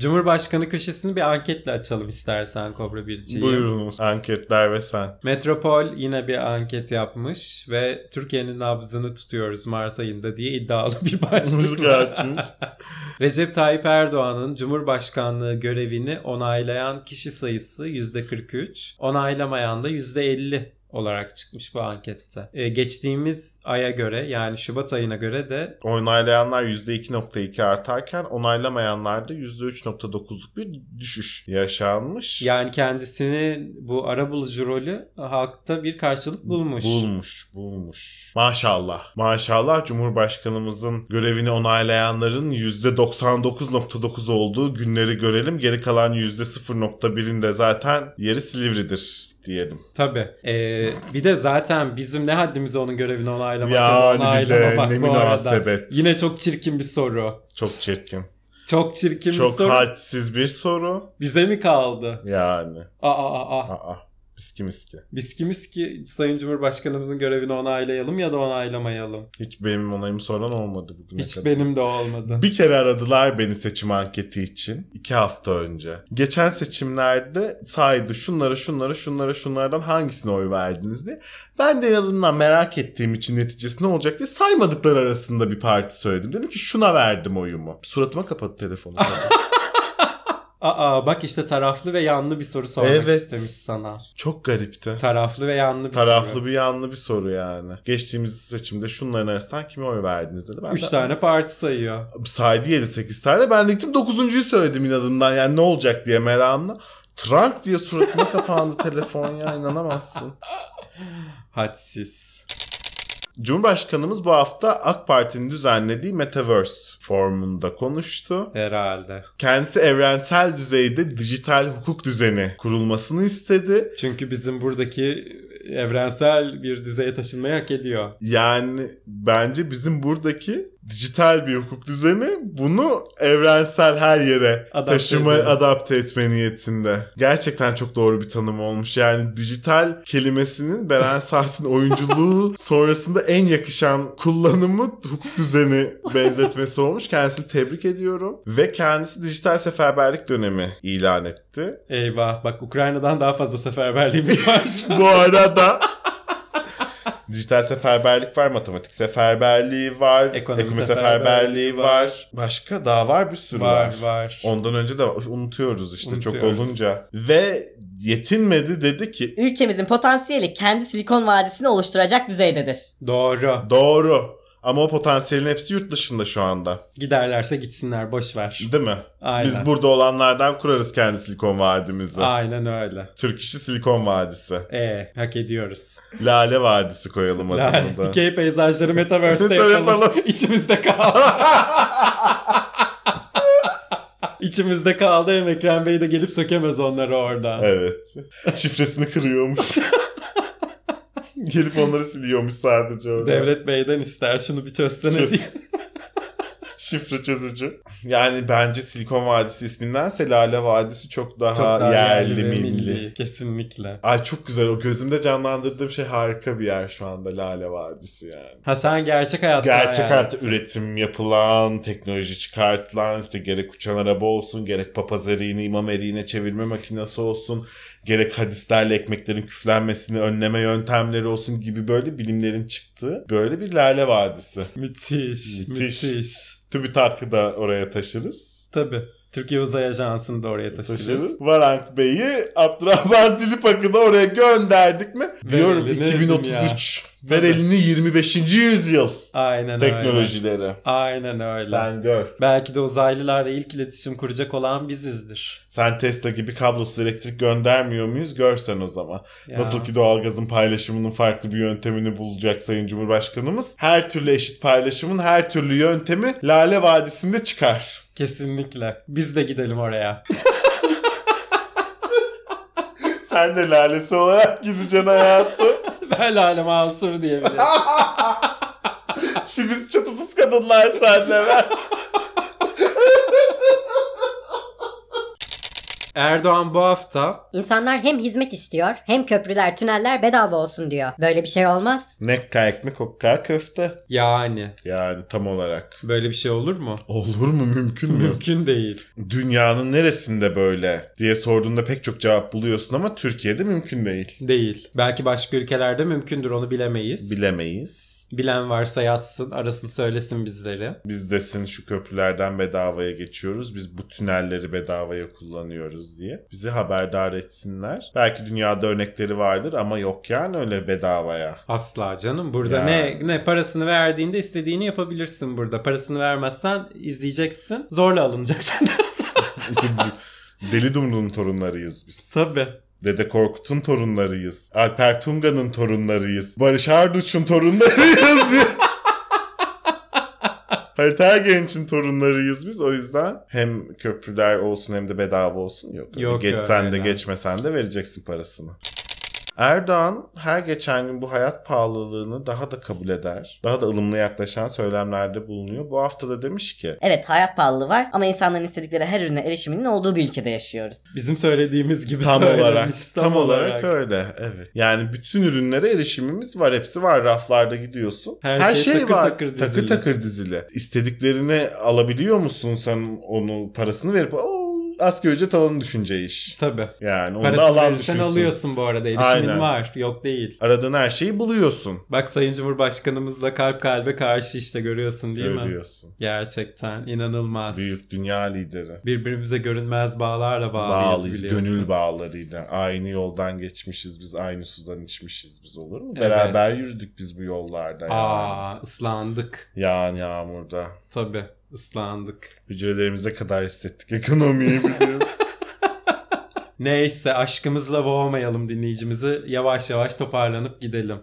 [SPEAKER 4] Cumhurbaşkanı köşesini bir anketle açalım istersen Kobra Birci'yi.
[SPEAKER 3] Buyurunuz anketler ve sen.
[SPEAKER 4] Metropol yine bir anket yapmış ve Türkiye'nin nabzını tutuyoruz Mart ayında diye iddialı bir başlıkla.
[SPEAKER 3] Açmış.
[SPEAKER 4] Recep Tayyip Erdoğan'ın Cumhurbaşkanlığı görevini onaylayan kişi sayısı %43, onaylamayan da %50 olarak çıkmış bu ankette. Ee, geçtiğimiz aya göre yani Şubat ayına göre de
[SPEAKER 3] Onaylayanlar %2.2 artarken onaylamayanlarda %3.9'luk bir düşüş yaşanmış.
[SPEAKER 4] yani kendisini bu arabulucu rolü halkta bir karşılık bulmuş.
[SPEAKER 3] Bulmuş, bulmuş. Maşallah. Maşallah Cumhurbaşkanımızın görevini onaylayanların %99.9 olduğu günleri görelim. Geri kalan %0.1'inde zaten yeri Silivri'dir diyelim.
[SPEAKER 4] Tabii. Ee, bir de zaten bizim ne haddimize onun görevini onaylamak.
[SPEAKER 3] Yani bir de
[SPEAKER 4] onaylamamak
[SPEAKER 3] ne
[SPEAKER 4] bu arada.
[SPEAKER 3] münasebet.
[SPEAKER 4] Yine çok çirkin bir soru.
[SPEAKER 3] Çok çirkin.
[SPEAKER 4] Çok çirkin bir
[SPEAKER 3] Çok
[SPEAKER 4] soru.
[SPEAKER 3] hadsiz bir soru.
[SPEAKER 4] Bize mi kaldı?
[SPEAKER 3] Yani.
[SPEAKER 4] Aa, aa, aa.
[SPEAKER 3] Aa. Miski miski.
[SPEAKER 4] Biz kimiz ki Sayın Cumhurbaşkanımızın görevini onaylayalım ya da onaylamayalım.
[SPEAKER 3] Hiç benim onayımı soran olmadı bugüne
[SPEAKER 4] Hiç
[SPEAKER 3] kadar.
[SPEAKER 4] benim de olmadı.
[SPEAKER 3] Bir kere aradılar beni seçim anketi için. iki hafta önce. Geçen seçimlerde saydı şunlara şunlara şunlara şunlardan hangisine oy verdiniz diye. Ben de yanından merak ettiğim için neticesi ne olacak diye saymadıkları arasında bir parti söyledim. Dedim ki şuna verdim oyumu. Suratıma kapattı telefonu.
[SPEAKER 4] Aa bak işte taraflı ve yanlı bir soru sormak
[SPEAKER 3] Evet.
[SPEAKER 4] istemiş sana.
[SPEAKER 3] Çok garipti.
[SPEAKER 4] Taraflı ve yanlı bir soru.
[SPEAKER 3] Taraflı bir yanlı bir soru yani. Geçtiğimiz seçimde şunların arasından kime oy verdiniz dedi. Ben
[SPEAKER 4] Üç
[SPEAKER 3] de-
[SPEAKER 4] tane parti sayıyor.
[SPEAKER 3] saydı 7-8 tane. Ben de gittim 9.'yu söyledim inadından. Yani ne olacak diye merakımla. Trank diye suratıma kapandı telefon ya inanamazsın.
[SPEAKER 4] Hadsiz.
[SPEAKER 3] Cumhurbaşkanımız bu hafta AK Parti'nin düzenlediği Metaverse formunda konuştu.
[SPEAKER 4] Herhalde.
[SPEAKER 3] Kendisi evrensel düzeyde dijital hukuk düzeni kurulmasını istedi.
[SPEAKER 4] Çünkü bizim buradaki evrensel bir düzeye taşınmayı hak ediyor.
[SPEAKER 3] Yani bence bizim buradaki dijital bir hukuk düzeni bunu evrensel her yere
[SPEAKER 4] Adapte
[SPEAKER 3] taşıma
[SPEAKER 4] ediyor.
[SPEAKER 3] adapte etme niyetinde. Gerçekten çok doğru bir tanım olmuş. Yani dijital kelimesinin Beren Saat'in oyunculuğu sonrasında en yakışan kullanımı hukuk düzeni benzetmesi olmuş. Kendisini tebrik ediyorum. Ve kendisi dijital seferberlik dönemi ilan etti.
[SPEAKER 4] Eyvah bak Ukrayna'dan daha fazla seferberliğimiz var şu an.
[SPEAKER 3] Bu arada dijital seferberlik var, matematik seferberliği var, ekonomi,
[SPEAKER 4] Ekonomi
[SPEAKER 3] seferberliği
[SPEAKER 4] seferberliği
[SPEAKER 3] var.
[SPEAKER 4] var.
[SPEAKER 3] Başka daha var bir sürü var.
[SPEAKER 4] var var.
[SPEAKER 3] Ondan önce de unutuyoruz işte çok
[SPEAKER 4] Unutuyoruz.
[SPEAKER 3] olunca. Ve yetinmedi dedi ki
[SPEAKER 6] Ülkemizin potansiyeli kendi Silikon Vadisi'ni oluşturacak düzeydedir.
[SPEAKER 4] Doğru.
[SPEAKER 3] doğru ama o potansiyelin hepsi yurt dışında şu anda.
[SPEAKER 4] Giderlerse gitsinler boş ver.
[SPEAKER 3] Değil mi?
[SPEAKER 4] Aynen.
[SPEAKER 3] Biz burada olanlardan kurarız kendi Silikon Vadimizi.
[SPEAKER 4] Aynen öyle.
[SPEAKER 3] Türk işi Silikon Vadisi.
[SPEAKER 4] E hak ediyoruz.
[SPEAKER 3] Lale Vadisi koyalım adını
[SPEAKER 4] Yani
[SPEAKER 3] da.
[SPEAKER 4] dikey peyzajları metaverse'te yapalım.
[SPEAKER 3] Şey Yapalım.
[SPEAKER 4] İçimizde kaldı. İçimizde kaldı hem Ekrem Bey de gelip sökemez onları oradan.
[SPEAKER 3] Evet. Şifresini kırıyormuş. Gelip onları siliyormuş sadece orada.
[SPEAKER 4] Devlet Bey'den ister şunu bir çözsene
[SPEAKER 3] Çöz.
[SPEAKER 4] diye.
[SPEAKER 3] Şifre çözücü. Yani bence Silikon Vadisi isminden Selale Vadisi çok daha,
[SPEAKER 4] Çok daha
[SPEAKER 3] yerli,
[SPEAKER 4] ve
[SPEAKER 3] milli.
[SPEAKER 4] Kesinlikle.
[SPEAKER 3] Ay çok güzel o gözümde canlandırdığım şey harika bir yer şu anda Lale Vadisi yani.
[SPEAKER 4] Ha sen gerçek hayatta
[SPEAKER 3] Gerçek
[SPEAKER 4] hayal
[SPEAKER 3] hayatta
[SPEAKER 4] ettin.
[SPEAKER 3] üretim yapılan, teknoloji çıkartılan, işte gerek uçan araba olsun, gerek papaz eriğini, imam eriğine çevirme makinesi olsun, gerek hadislerle ekmeklerin küflenmesini önleme yöntemleri olsun gibi böyle bilimlerin çıktığı böyle bir lale vadisi.
[SPEAKER 4] Müthiş,
[SPEAKER 3] Müthiş.
[SPEAKER 4] müthiş.
[SPEAKER 3] TÜBİTAK'ı da oraya taşırız.
[SPEAKER 4] Tabii. Türkiye Uzay Ajansı'nı da oraya taşırız.
[SPEAKER 3] Taşırız. Varank Bey'i Abdurrahman Dilipak'ı da oraya gönderdik mi? Diyorum
[SPEAKER 4] elini öptüm ya.
[SPEAKER 3] 2033 Ver elini 25. yüzyıl
[SPEAKER 4] Aynen öyle.
[SPEAKER 3] teknolojileri.
[SPEAKER 4] Aynen öyle.
[SPEAKER 3] Sen gör.
[SPEAKER 4] Belki de uzaylılarla ilk iletişim kuracak olan bizizdir.
[SPEAKER 3] Sen Tesla gibi kablosuz elektrik göndermiyor muyuz? Görsen o zaman.
[SPEAKER 4] Ya.
[SPEAKER 3] Nasıl ki doğalgazın paylaşımının farklı bir yöntemini bulacak Sayın Cumhurbaşkanımız. Her türlü eşit paylaşımın her türlü yöntemi Lale Vadisi'nde çıkar.
[SPEAKER 4] Kesinlikle. Biz de gidelim oraya.
[SPEAKER 3] Sen de lalesi olarak gideceksin hayatım.
[SPEAKER 4] ben Lale Mansur diyebilirim.
[SPEAKER 3] Şimdi biz çatısız kadınlar senle ben.
[SPEAKER 4] Erdoğan bu hafta
[SPEAKER 5] İnsanlar hem hizmet istiyor hem köprüler, tüneller bedava olsun diyor. Böyle bir şey olmaz.
[SPEAKER 3] Nekka ekmek okka köfte.
[SPEAKER 4] yani
[SPEAKER 3] Yani tam olarak.
[SPEAKER 4] böyle bir şey olur mu?
[SPEAKER 3] Olur mu mümkün mü?
[SPEAKER 4] Mümkün değil.
[SPEAKER 3] Dünyanın neresinde böyle diye sorduğunda pek çok cevap buluyorsun ama Türkiye'de mümkün değil.
[SPEAKER 4] Değil. Belki başka ülkelerde mümkündür onu bilemeyiz.
[SPEAKER 3] Bilemeyiz.
[SPEAKER 4] Bilen varsa yazsın, arasın söylesin bizleri.
[SPEAKER 3] Biz desin şu köprülerden bedavaya geçiyoruz. Biz bu tünelleri bedavaya kullanıyoruz diye. Bizi haberdar etsinler. Belki dünyada örnekleri vardır ama yok yani öyle bedavaya.
[SPEAKER 4] Asla canım. Burada
[SPEAKER 3] Ya.
[SPEAKER 4] ne ne parasını verdiğinde istediğini yapabilirsin burada. Parasını vermezsen izleyeceksin. Zorla alınacak senden.
[SPEAKER 3] İşte bu- Deli Dumru'nun torunlarıyız biz.
[SPEAKER 4] Tabii.
[SPEAKER 3] Dede Korkut'un torunlarıyız. Alper Tunga'nın torunlarıyız. Barış Arduç'un torunlarıyız diye. Halit Ergenç'in torunlarıyız biz. O yüzden hem köprüler olsun hem de bedava olsun yok.
[SPEAKER 4] Yok,
[SPEAKER 3] yok geçsen
[SPEAKER 4] yok,
[SPEAKER 3] de
[SPEAKER 4] aynen.
[SPEAKER 3] geçmesen de vereceksin parasını. Erdoğan her geçen gün bu hayat pahalılığını daha da kabul eder. Daha da ılımlı yaklaşan söylemlerde bulunuyor. Bu hafta da demiş ki
[SPEAKER 6] Evet hayat pahalılığı var ama insanların istedikleri her ürüne erişiminin olduğu bir ülkede yaşıyoruz.
[SPEAKER 4] Bizim söylediğimiz gibi
[SPEAKER 3] tam
[SPEAKER 4] söylemiş.
[SPEAKER 3] olarak tam, olarak, öyle evet. Yani bütün ürünlere erişimimiz var. Hepsi var. Raflarda gidiyorsun.
[SPEAKER 4] Her
[SPEAKER 3] Her,
[SPEAKER 4] şey
[SPEAKER 3] şey,
[SPEAKER 4] takır
[SPEAKER 3] var.
[SPEAKER 4] takır
[SPEAKER 3] Takır
[SPEAKER 4] dizili.
[SPEAKER 3] takır, dizili. İstediklerini alabiliyor musun sen onu parasını verip o asgari ücret alanı düşünce iş.
[SPEAKER 4] Tabii.
[SPEAKER 3] Yani onu da
[SPEAKER 4] Parasını
[SPEAKER 3] alan
[SPEAKER 4] verirsen
[SPEAKER 3] düşünsün.
[SPEAKER 4] alıyorsun bu arada. Erişimin
[SPEAKER 3] Aynen.
[SPEAKER 4] var. Yok değil.
[SPEAKER 3] Aradığın her şeyi buluyorsun.
[SPEAKER 4] Bak Sayın Cumhurbaşkanımızla kalp kalbe karşı işte görüyorsun değil mi?
[SPEAKER 3] Görüyorsun.
[SPEAKER 4] Gerçekten inanılmaz.
[SPEAKER 3] Büyük dünya lideri.
[SPEAKER 4] Birbirimize görünmez bağlarla bağlıyız,
[SPEAKER 3] Bağlıyız
[SPEAKER 4] biliyorsun.
[SPEAKER 3] gönül bağlarıyla. Aynı yoldan geçmişiz biz, aynı sudan içmişiz biz olur mu?
[SPEAKER 4] Evet.
[SPEAKER 3] Beraber yürüdük biz bu yollarda. Yani.
[SPEAKER 4] Aa ıslandık.
[SPEAKER 3] Yağan yağmurda.
[SPEAKER 4] Tabii ıslandık.
[SPEAKER 3] Hücrelerimize kadar hissettik ekonomiyi biliyoruz.
[SPEAKER 4] Neyse aşkımızla boğmayalım dinleyicimizi. Yavaş yavaş toparlanıp gidelim.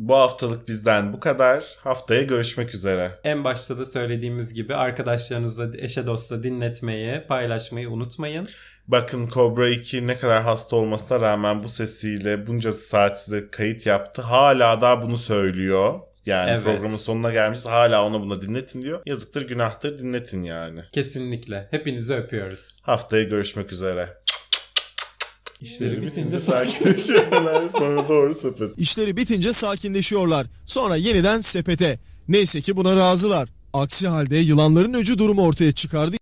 [SPEAKER 3] bu haftalık bizden bu kadar. Haftaya görüşmek üzere.
[SPEAKER 4] En başta da söylediğimiz gibi arkadaşlarınızla, eşe dosta dinletmeyi, paylaşmayı unutmayın.
[SPEAKER 3] Bakın Cobra 2 ne kadar hasta olmasına rağmen bu sesiyle bunca saat size kayıt yaptı. Hala daha bunu söylüyor. Yani
[SPEAKER 4] Evet.
[SPEAKER 3] programın sonuna gelmiş hala ona buna dinletin diyor. Yazıktır günahtır dinletin yani.
[SPEAKER 4] Kesinlikle. Hepinizi öpüyoruz.
[SPEAKER 3] Haftaya görüşmek üzere.
[SPEAKER 4] İşleri bitince
[SPEAKER 3] sakinleşiyorlar sonra doğru sepet.
[SPEAKER 2] İşleri bitince sakinleşiyorlar. Sonra yeniden sepete. Neyse ki buna razılar. Aksi halde yılanların öcü durumu ortaya çıkardı.